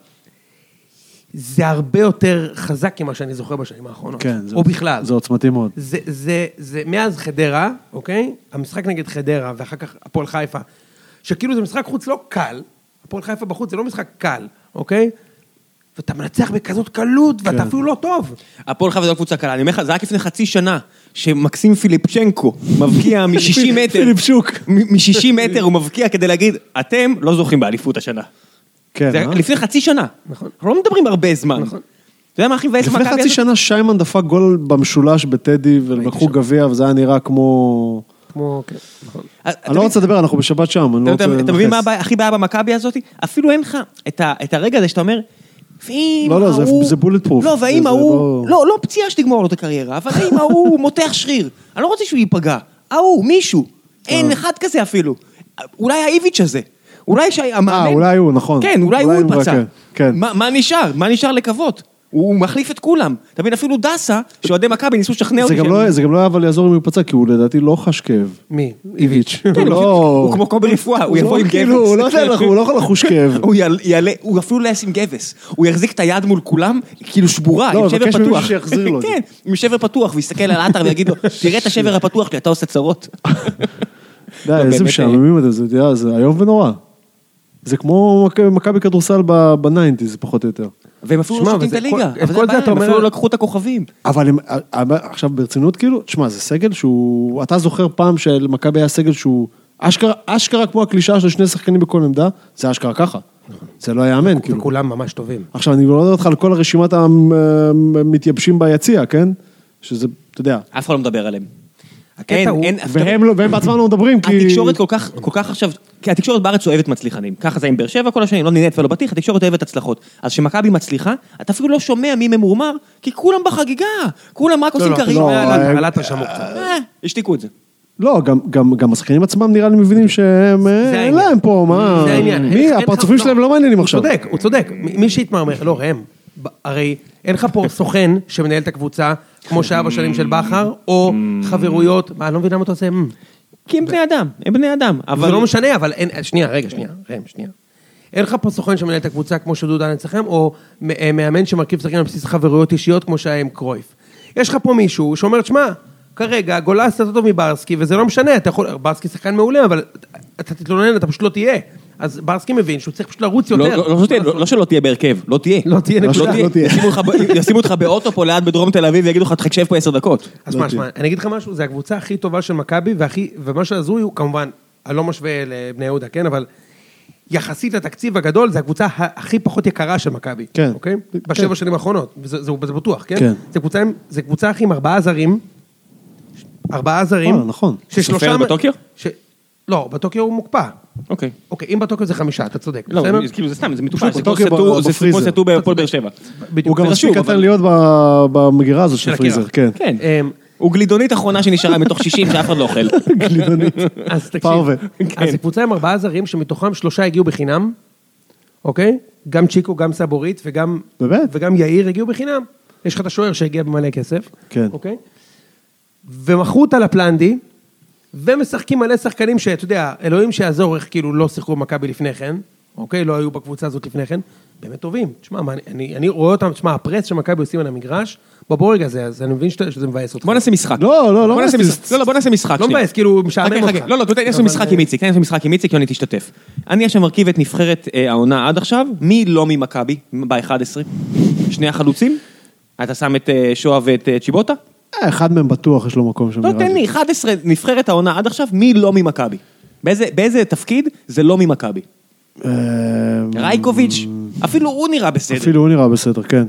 S3: זה הרבה יותר חזק ממה שאני זוכר בשנים האחרונות.
S2: כן. זה-
S3: או בכלל.
S2: זה עוצמתי מאוד.
S3: זה, זה, זה מאז חדרה, אוקיי? המשחק נגד חדרה, ואחר כך הפועל חיפה, שכאילו זה משחק חוץ לא קל, הפועל חיפה בחוץ זה לא משחק קל, אוקיי? ואתה מנצח בכזאת קלות, ואתה
S2: כן.
S3: אפילו לא טוב.
S1: הפועל חיפה זה לא קבוצה קלה, אני אומר לך, זה רק לפני חצי שנה, שמקסים פיליפצ'נקו מבקיע מ-60 מטר.
S2: פיליפ שוק.
S1: מ-60 מטר הוא מבקיע כדי להגיד, אתם לא זוכים באליפות השנה.
S2: כן,
S1: זה
S2: אה?
S1: לפני חצי שנה.
S3: נכון.
S1: אנחנו לא מדברים הרבה זמן.
S3: נכון.
S1: אתה יודע מה הכי מבאס
S2: לפני
S1: במכבי
S2: חצי
S1: הזאת?
S2: שנה שיימן דפק גול במשולש בטדי ולקחו גביע וזה היה נראה כמו...
S3: כמו, כן, נכון.
S1: אתה
S2: אני לא
S1: מבין-
S2: רוצה לדבר, אנחנו בשבת
S1: אתה
S2: שם, אני לא רוצה
S1: יודע- אתה מבין מה
S2: לנכס.
S1: הבעיה- הכי בעיה במכבי הזאת? אפילו אין לך את ה- את הרגע הזה שאתה אומר... ואם
S2: לא, לא, זה-
S1: ההוא-
S2: זה bullet proof.
S1: לא,
S2: זה-
S1: ואם
S2: זה
S1: ההוא...
S2: לא-
S1: לא, לא פציעה שתגמור לו את הקריירה, אבל אם ההוא מותח שריר, אני לא רוצה שהוא ייפגע. ההוא, מישהו. אין
S2: אה.
S1: אחד כזה אפילו. אולי האיביץ' הזה. אולי שהמאמן...
S2: אה, אולי הוא, נכון.
S1: כן, אולי
S2: אולי
S1: הוא
S2: הוא
S1: פצע.
S2: רק- כן.
S1: מה מה נשאר? מה נשאר לקוות? הוא מחליף את כולם. אתה מבין, אפילו דסה, שאוהדי מכבי ניסו לשכנע
S2: זה
S1: אותי
S2: גם
S1: שהם-
S2: לא- זה גם לא היה אבל יעזור אם הוא פצע, כי הוא לדעתי לא חש כאב.
S3: מי?
S2: איביץ'.
S1: כן,
S2: הוא
S1: הוא
S2: לא...
S1: הוא כמו קובי רפואה, הוא יבוא עם גבס.
S2: כאילו, הוא לא יודע, אנחנו- הוא לא יכול לחוש כאב.
S1: הוא יעל- יעלה, הוא אפילו לא ישים גבס, הוא יחזיק את היד מול כולם, כאילו שבורה,
S2: לא,
S1: עם שבר
S2: מבקש
S1: פתוח.
S2: ממישהו שיחזיר לו את זה.
S1: כן, עם שבר פתוח, ויסתכל על עטר ויגיד לו, תראה את השבר הפתוח שלי, אתה עושה צרות.
S2: די, איזה
S1: לא, באמת,
S2: משעממים אתם, זה, אתה יודע, זה איום ונורא. זה כמו מכ- מכבי כדורסל ב- בניינטיז, פחות או יותר.
S1: והם אפילו לא
S3: שמע,
S1: שותים את
S3: וזה
S1: הליגה,
S3: כל- את
S1: אבל זה
S3: כל זה
S1: הבעיה,
S3: אתה
S1: הם
S3: אומר-
S1: אפילו לא לקחו את הכוכבים.
S2: אבל הם, אבל עכשיו ברצינות, כאילו, תשמע, זה סגל שהוא... אתה זוכר פעם שלמכבי היה סגל שהוא... אשכרה, אשכרה כמו הקלישאה של שני שחקנים בכל עמדה, זה אשכרה ככה. זה לא יאמן, כאילו.
S3: וכולם ממש טובים.
S2: עכשיו, אני לא מדבר אותך על כל הרשימת המתייבשים ביציע, כן? שזה, אתה יודע.
S1: אף אחד לא מדבר עליהם.
S3: הקטע
S1: אין,
S3: הוא-
S1: אין,
S2: והם לא- והם בעצמם לא מדברים, כי...
S1: התקשורת כל כך, כל כך עכשיו, כי התקשורת בארץ אוהבת מצליחנים. ככה זה עם באר שבע כל השנים, לא נהנית ולא בטיח, התקשורת אוהבת הצלחות. אז כשמכבי מצליחה, אתה אפילו לא שומע מי ממורמר, כי כולם בחגיגה, כולם רק עושים
S3: לא,
S1: קריירה.
S2: לא,
S1: יאללה.
S2: אה,
S3: הנהלת רשמו קצת.
S1: אה, השתיקו את זה.
S2: לא, גם, גם, גם השחקנים עצמם נראה לי מבינים שהם... אה, אין
S3: העניין.
S2: להם פה, מה...
S3: זה העניין. אין-
S2: אה, מי,
S3: אין
S2: הפרצופים
S3: לך-
S2: שלהם לא מעניינים עכשיו.
S3: הוא צודק, הוא צודק. מ- מי שהתמרמר, לא, ראם, ב- הרי אין לך פה סוכן שמנהל את הקבוצה, כמו שהיה בשנים של בכר, או חברויות, מה, אני לא מבין למה אתה עושה... "מ".
S1: כי הם בני אדם, הם בני אדם. אבל...
S3: זה לא משנה, אבל אין... שנייה, רגע, שנייה, ראם, שנייה. אין לך פה סוכן שמנהל את הקבוצה כמו שדודן אצלכם, או מ- אה, מאמן שמרכיב שחקנים על בסיס חברויות אישיות כמו שהיה עם קרויף. יש לך פה מישהו שאומר, שמע, כרגע גולס יותר טוב מברסקי, וזה לא משנה, אתה יכול... ברסקי שחקן מעולה, אבל אתה תתלונן, אתה פשוט לא תהיה. אז ברסקי מבין שהוא צריך פשוט לרוץ
S1: לא-
S3: יותר.
S1: לא- לא שתהיה- לא- לא שלא תהיה בהרכב, לא תהיה.
S3: לא תהיה,
S1: לא
S3: נקודה.
S2: לא תהיה.
S1: ישימו אותך ב- ישימו אותך באוטו פה ליד בדרום תל אביב ויגידו לך, תחשב פה עשר דקות.
S3: אז
S2: לא
S3: שמע,
S2: תהיה.
S3: שמע, אני אגיד לך משהו, זה הקבוצה הכי טובה של מכבי, והכי, ומה שהזוי הוא כמובן, אני לא משווה לבני יהודה, כן, אבל יחסית לתקציב הגדול, זה הקבוצה ה- הכי פחות יקרה של מכבי,
S2: כן.
S3: אוקיי?
S2: כן.
S3: בשבע שנים האחרונות, וזה- זה זה בטוח, כן?
S2: כן.
S3: זה קבוצה עם- זה קבוצה הכי עם ארבעה זרים, ארבעה
S2: אה,
S3: זרים,
S2: נכון.
S3: ששלושה
S1: סופר
S3: מ-
S1: בטוקיו?
S3: ש- לא, בטוקיו הוא מוקפא.
S1: אוקיי.
S3: אוקיי, אם בטוקיו זה חמישה, אתה צודק,
S1: לא,
S3: בסדר?
S1: זה- כאילו זה סתם, זה מטופש, זה כמו
S2: בטוקיו
S1: סטו-
S2: ב-
S1: זה כמו
S2: בפריזר.
S1: סטו בהפועל באר שבע.
S2: הוא
S3: בדיוק.
S2: גם
S1: זה
S2: מספיק
S1: רשום,
S2: קטן
S1: אבל-
S2: להיות ב- במגירה הזאת של
S3: הקרח.
S2: פריזר, כן.
S1: כן.
S3: אמ,
S1: הוא גלידונית אחרונה שנשארה מתוך 60 שאף אחד לא אוכל.
S3: כן.
S2: גלידונית.
S3: אז תקשיב,
S2: פרווה.
S3: אז זו קבוצה עם ארבעה זרים שמתוכם שלושה הגיעו בחינם, אוקיי? גם צ'יקו, גם סבורית וגם...
S2: באמת?
S3: וגם יאיר הגיעו בחינם. יש לך את השוער שהגיע במלא כסף.
S2: כן.
S3: אוקיי? ומכרו אותה לפלנדי, ומשחקים מלא שחקנים שאתה יודע, אלוהים שיעזור איך כאילו לא שיחקו במכבי לפני כן, אוקיי? לא היו בקבוצה הזאת לפני כן. באמת טובים. תשמע, מה, אני, אני, אני רואה אותם, תשמע, הפרס שמכבי עושים על המגרש, בבורג הזה, אז אני מבין שאתה- שזה מבאס אותך.
S1: בוא נעשה משחק.
S2: לא, לא, לא
S1: בוא נעשה
S2: מבאס.
S1: משחק. לא, לא, בוא נעשה משחק.
S3: לא
S1: שנייה.
S3: מבאס, כאילו, משעמם
S1: חכה,
S3: אותך.
S1: חכה. לא, לא, תן לי לעשות
S3: אבל-
S1: משחק עם איציק, תן לי לעשות משחק עם איציק, יוני תשתתף. אני עכשיו מרכיב את נבחרת אה, העונה עד עכשיו, מי לא ממכבי, ב-11? שני החלוצים? אתה שם את אה, שואה ואת אה, צ'יבוטה?
S2: אחד מהם בטוח יש לו מקום שם.
S1: לא,
S2: נראה
S1: תן לי, 11 נבחרת העונה עד עכשיו, מי לא ממכבי? באיזה- באיזה תפקיד זה לא ממכבי?
S2: Mm. אה,
S1: רייקוביץ', אפילו הוא נראה בסדר.
S2: אפילו הוא נראה בסדר, כן.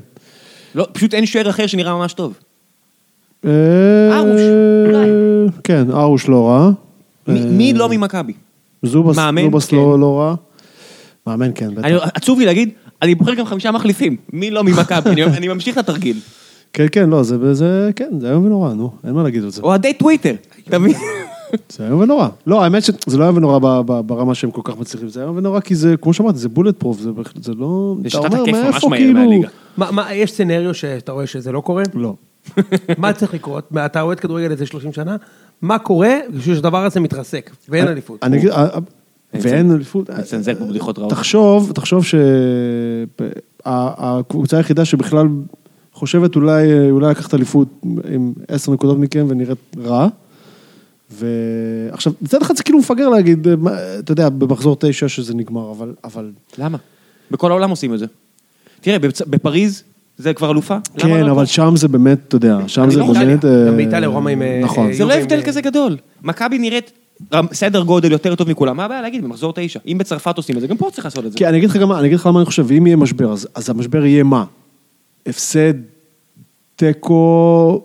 S1: לא, פשוט אין שוער אחר שנראה ממש טוב.
S2: אה,
S1: ארוש, אולי.
S2: כן, ארוש לא רע.
S1: מי- מי לא ממכבי?
S2: זובס,
S1: מאמן,
S2: זובס
S1: כן.
S2: לא לא רע. מאמן כן, בטח.
S1: אני- עצוב לי להגיד, אני בוחר גם חמישה מחליפים. מי לא ממכבי? אני- אני ממשיך את התרגיל.
S2: כן, כן, לא, זה- זה, כן, זה איום ונורא, נו, אין מה להגיד על זה.
S1: אוהדי טוויטר. אתה מבין?
S2: זה איום ונורא. לא, האמת שזה לא איום ונורא ב- ב- ברמה שהם כל כך מצליחים, זה איום ונורא כי זה, כמו שאמרתי, זה בולט פרוף, זה בהחלט- זה לא...
S1: זה
S2: אתה
S1: שיטת
S2: אומר,
S1: הכיף ממש
S2: מאיפה,
S1: מהר
S2: כאילו-
S1: מהליגה.
S3: מה, מה, יש סצנריו שאתה רואה שזה לא קורה?
S2: לא.
S3: מה צריך לקרות? מה, אתה אוהד כדורגל איזה 30 שנה? מה קורה בשביל שהדבר הזה מתרסק? ואין אליפות.
S2: אני אגיד, אה, אה, ואין אליפות. אה,
S1: נצנזר פה בדיחות רעות.
S2: תחשוב, תחשוב שהקבוצה היחידה שבכלל חושבת אולי, אולי לקחת אליפות עם עשר נקודות מכם ונראית רע. ועכשיו, מצד אחד זה כאילו מפגר להגיד, אה, מה- אתה יודע, במחזור תשע שזה נגמר, אבל, אבל
S1: למה? בכל העולם עושים את זה. תראה, בפצ- בפריז זה כבר אלופה. למה
S2: כן,
S1: לא
S2: אבל
S1: פה?
S2: שם זה באמת, אתה יודע, שם
S3: אני
S2: זה
S3: לא יודע,
S2: באמת...
S3: גם
S2: אה,
S3: באיטליה, רומא עם, אה,
S2: נכון.
S3: אה,
S1: זה לא
S3: יורים,
S1: הבדל
S3: אה,
S1: כזה גדול. מכבי נראית רם- סדר גודל יותר טוב מכולם. מה הבעיה להגיד במחזור תשע? אם בצרפת עושים את זה, גם פה צריך לעשות את זה.
S2: כי אני אגיד לך גם מה, אני אגיד לך למה אני חושב, אם יהיה משבר, אז, אז המשבר יהיה מה? הפסד, תיקו,
S3: תיקו.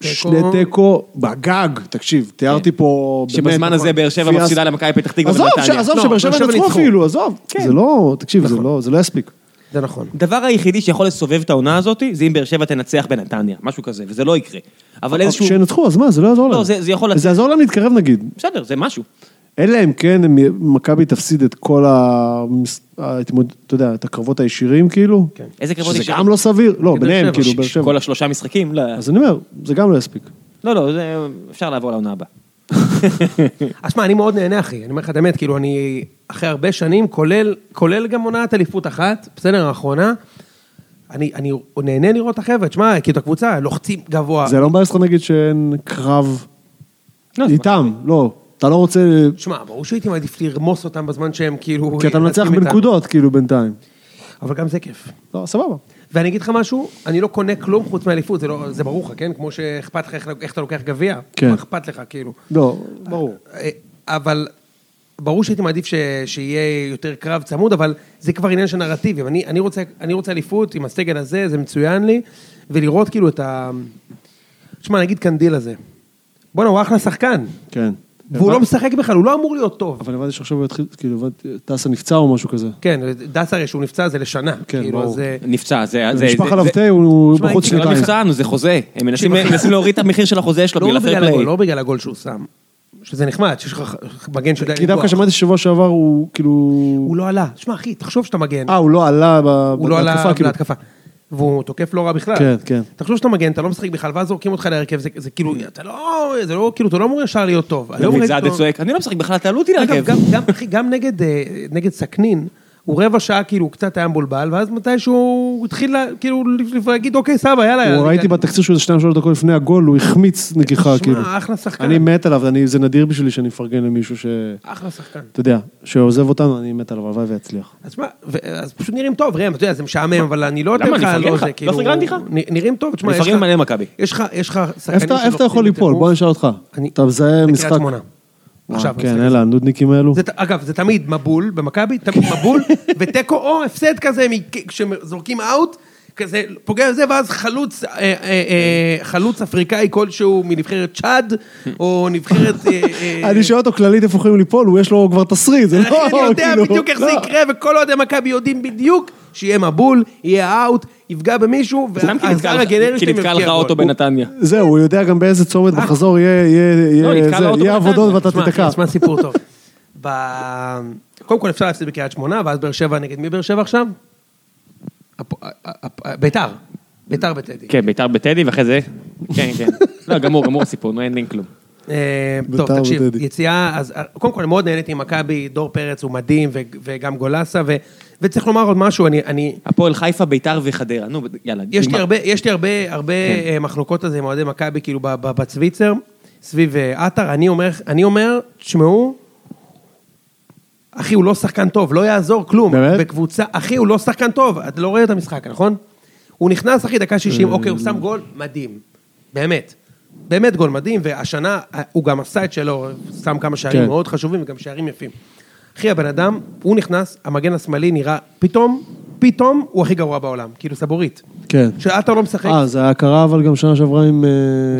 S3: כן.
S2: שני תיקו, בגג, תקשיב, תיארתי פה...
S1: שבזמן
S2: באמת, נכון,
S1: הזה באר שבע
S2: פיאס-
S1: מפסידה למכבי פתח תקווה
S2: עזוב, ש-
S1: ונתניה.
S2: עזוב,
S3: לא,
S2: שבאר שבע
S3: באר שבע
S2: ינצחו
S3: ניצחו. נכון.
S2: אפילו, עזוב.
S1: כן.
S2: זה לא, תקשיב, זה לא, זה לא יספיק.
S3: זה נכון.
S1: הדבר היחידי שיכול לסובב את העונה הזאת, זה אם באר שבע תנצח בנתניה, משהו כזה, וזה לא יקרה.
S2: אה,
S1: אבל איזשהו...
S2: שינצחו, אז מה, זה לא יעזור
S1: לא,
S2: להם.
S1: זה- זה יכול
S2: זה
S1: לצאת.
S2: יעזור להם להתקרב נגיד.
S1: בסדר, זה משהו.
S2: אלא אם כן הם- מכבי תפסיד את כל המס- ההתמוד... אתה יודע, את הקרבות הישירים כאילו.
S3: כן.
S1: איזה קרבות
S2: שזה
S1: ישירים?
S2: גם לא סביר, לא,
S3: באר
S2: ביניהם
S3: שבע.
S2: כאילו,
S3: ש-
S2: באר שבע.
S1: כל השלושה משחקים? לא,
S2: אז אני אומר, זה גם לא יספיק.
S1: לא, לא, זה- אפשר לעבור לעונה הבאה.
S3: אז שמע, אני מאוד נהנה, אחי. אני אומר לך את האמת, כאילו, אני אחרי הרבה שנים, כולל, כולל גם עונת אליפות אחת, בסדר, האחרונה, אני, אני נהנה לראות את החבר'ה, תשמע, כאילו, את הקבוצה, לוחצים גבוה.
S2: זה לא מבאס לך נגיד שאין קרב
S1: לא, זה
S2: איתם, לא. אתה לא רוצה,
S3: תשמע, ברור שהייתי מעדיף לרמוס אותם בזמן שהם כאילו...
S2: כי אתה מנצח
S3: רצים איתנו.
S2: בנקודות כאילו בינתיים.
S3: אבל גם זה כיף.
S2: לא, סבבה.
S3: ואני אגיד לך משהו, אני לא קונה כלום חוץ מאליפות, זה, לא, זה ברור לך, כן? כמו שאכפת לך איך, איך אתה לוקח גביע,
S2: כן.
S3: מה אכפת לך, כאילו.
S2: לא, ברור.
S3: אה, אבל ברור שהייתי מעדיף ש, שיהיה יותר קרב צמוד, אבל זה כבר עניין של נרטיבים. אני, אני, רוצה, אני רוצה אליפות עם הסגל הזה, זה מצוין לי, ולראות כאילו את ה... תשמע, נגיד קנדיל הזה. בואנה, הוא אחלה שחקן.
S2: כן.
S3: והוא לא משחק בכלל, הוא לא אמור להיות טוב.
S2: אבל הבנתי שעכשיו הוא יתחיל, כאילו, הבנתי, טסה נפצע או משהו כזה.
S3: כן, דסה הרי שהוא נפצע זה לשנה.
S2: כן,
S3: כאילו,
S2: ברור.
S3: אז, אה,
S1: נפצע, זה... זה-
S2: נשפך
S1: זה-
S3: לא
S2: עליו
S1: זה-
S2: תה, הוא
S3: תשמע,
S2: בחוץ
S1: זה לא
S2: שנתיים.
S1: נפצע, נו, זה חוזה. הם מנסים
S3: תקשיב, אחי.
S1: מנסים להוריד את המחיר של החוזה שלו בגלל
S3: לא
S1: הפייר
S3: בגלל
S1: פליי.
S3: הגול, לא בגלל הגול שהוא שם. שזה נחמד, שיש לך מגן שיודע
S2: כי דווקא
S3: לפגוע.
S2: שמעתי ששבוע שעבר הוא כאילו...
S3: הוא לא עלה. שמע, אחי, תחשוב שאתה מגן.
S2: אה, הוא לא עלה ב-
S3: הוא לא עלה
S2: בהתקפה, כאילו.
S3: להתקפה. והוא תוקף לא רע בכלל.
S2: כן, כן.
S3: תחשוב שאתה מגן, אתה לא משחק בכלל, ואז זורקים אותך להרכב, זה- זה כאילו, אתה לא, זה לא, כאילו, אתה לא אמור ישר להיות טוב. אני לא ראיתי
S1: ומצעדה
S3: אותו-
S1: צועק, אני לא משחק בכלל, תעלו אותי
S3: אגב,
S1: להרכב.
S3: גם- גם, אחי, גם נגד, אה, נגד סכנין, הוא רבע שעה כאילו הוא קצת היה מבולבל, ואז מתישהו הוא התחיל לה- כאילו להגיד, אוקיי, סבא, יאללה.
S2: הוא ראיתי בתקציר שהוא איזה שתיים שלוש דקות לפני הגול, הוא החמיץ נגיחה,
S3: שמע,
S2: כאילו.
S3: אחלה שחקן.
S2: אני מת עליו, אני- זה נדיר בשבילי שאני מפרגן למישהו ש...
S3: אחלה שחקן.
S2: אתה יודע, שעוזב אותנו, אני מת עליו, הלוואי ויצליח.
S3: אז מה, ו- אז פשוט נראים טוב, ראם, אתה יודע, זה משעמם, אבל אני לא אתן
S1: למה?
S3: לך,
S1: אני מפרגן
S3: לא
S1: לך.
S3: זה,
S1: לא
S3: כאילו,
S1: פרגנתי לך.
S3: נ- נראים טוב, תשמע,
S1: אני
S3: יש
S1: מפרגן
S3: לך-
S1: מלא מכבי.
S3: יש לך, יש לך
S2: איפה
S3: שחקנים
S2: אתה- איפה אתה
S3: שלוחצים
S2: יכול
S3: את
S2: ליפול?
S3: הגוף.
S2: בוא נשאל אותך.
S3: כאילו אני-
S2: אתה מזהה
S3: בקריית
S2: משחק...
S3: שמונה.
S2: אה,
S3: עכשיו,
S2: כן,
S3: משחק.
S2: אלה, הנודניקים האלו.
S3: זה ת- אגב, זה תמיד מבול במכבי, תמיד מבול, ותיקו או הפסד כזה, מ- כשזורקים אאוט, כזה פוגע בזה, ואז חלוץ, אה, אה, אה, חלוץ אפריקאי כלשהו מנבחרת צ'אד, או נבחרת... אה, אה,
S2: אני שואל אותו כללית איפה יכולים ליפול, הוא יש לו כבר תסריט, זה לא
S3: לכן אני יודע
S2: כאילו,
S3: בדיוק איך זה
S2: לא.
S3: יקרה, וכל אוהדי מכבי יודעים בדיוק שיהיה מבול, יהיה אאוט, יפגע במישהו,
S1: סתם כי נתקע לך- כי נתקע לך אוטו בנתניה.
S2: זהו, הוא יודע גם באיזה
S3: אה.
S2: צומת בחזור יהיה- יהיה-
S1: לא,
S2: יהיה
S1: נתקע
S2: זה,
S1: לאוטו
S2: יהיה
S1: בנתניה.
S2: עבודות ואתה
S3: תשמע,
S2: תיתקע.
S3: תשמע סיפור טוב. ב- קודם כל אפשר להפסיד בקריית שמונה, ואז באר שבע נגד מי באר שבע עכשיו? הפ- הפ- ביתר. ביתר בטדי.
S1: כן, ביתר בטדי, ואחרי זה... כן, כן. לא, גמור, גמור הסיפור, נו, אין אין כלום.
S3: אה, טוב,
S2: ביתר
S3: תקשיב,
S2: וטדי.
S3: יציאה, אז אה, קודם כל, אני מאוד נהניתי עם מכבי, דור פרץ הוא מדהים, ו- וגם גולסה, ו- וצריך לומר עוד משהו, אני- אני...
S1: הפועל חיפה, ביתר וחדרה, נו, יאללה.
S3: יש לי
S1: נגמר.
S3: הרבה, יש לי הרבה, הרבה
S2: כן.
S3: אה, מחלוקות על זה עם אוהדי מכבי, כאילו, ב- ב- בצוויצר, סביב אה, עטר. אני אומר, אני אומר, תשמעו, אחי, הוא לא שחקן טוב, לא יעזור כלום.
S2: באמת?
S3: בקבוצה, אחי, הוא לא שחקן טוב, אתה לא
S2: אה.
S3: רואה את המשחק, נכון? הוא נכנס, אחי, דקה 60, אוקיי, הוא שם גול, מדהים. באמת. באמת גול מדהים, והשנה אה, הוא גם עשה את שלו, שם כמה שערים
S2: כן.
S3: מאוד חשובים וגם שערים יפים. אחי, הבן אדם, הוא נכנס, המגן השמאלי נראה, פתאום, פתאום הוא הכי גרוע בעולם, כאילו סבורית.
S2: כן.
S3: שעטר לא משחק.
S2: אה, זה היה קרה אבל גם שנה שעברה עם... אה,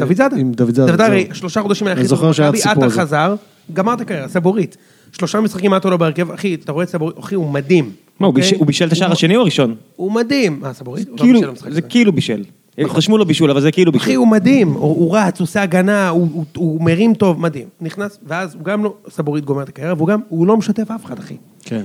S3: דוד זאדה.
S2: עם דוד זאדה.
S3: דוד זאדה,
S2: זהו.
S3: שלושה חודשים היה
S2: אני
S3: הכי טוב.
S2: זוכר שהיה
S3: מכבי,
S2: הסיפור
S3: עטר
S2: הזה.
S3: חזר, גמר את הקריירה, סבורית. שלושה משחקים עטר לא בהרכב, אחי, אתה רואה את סבורית, אחי, הוא מדהים.
S1: מה, הוא
S3: אוקיי?
S1: בישל- הוא בישל את השער השני או הראשון?
S3: הוא מדהים. מה, סבורית? הוא לא
S1: כאילו,
S3: בישל במשחק
S1: זה
S3: הזה.
S1: כאילו בישל. חשמו לו בישול, אבל זה כאילו בישול.
S3: אחי, הוא מדהים. הוא הוא רץ, הוא עושה הגנה, הוא- הוא- הוא מרים טוב, מדהים. נכנס, ואז הוא גם לא, סבורית גומר את הקריירה, והוא גם, הוא לא משתף אף אחד, אחי.
S2: כן.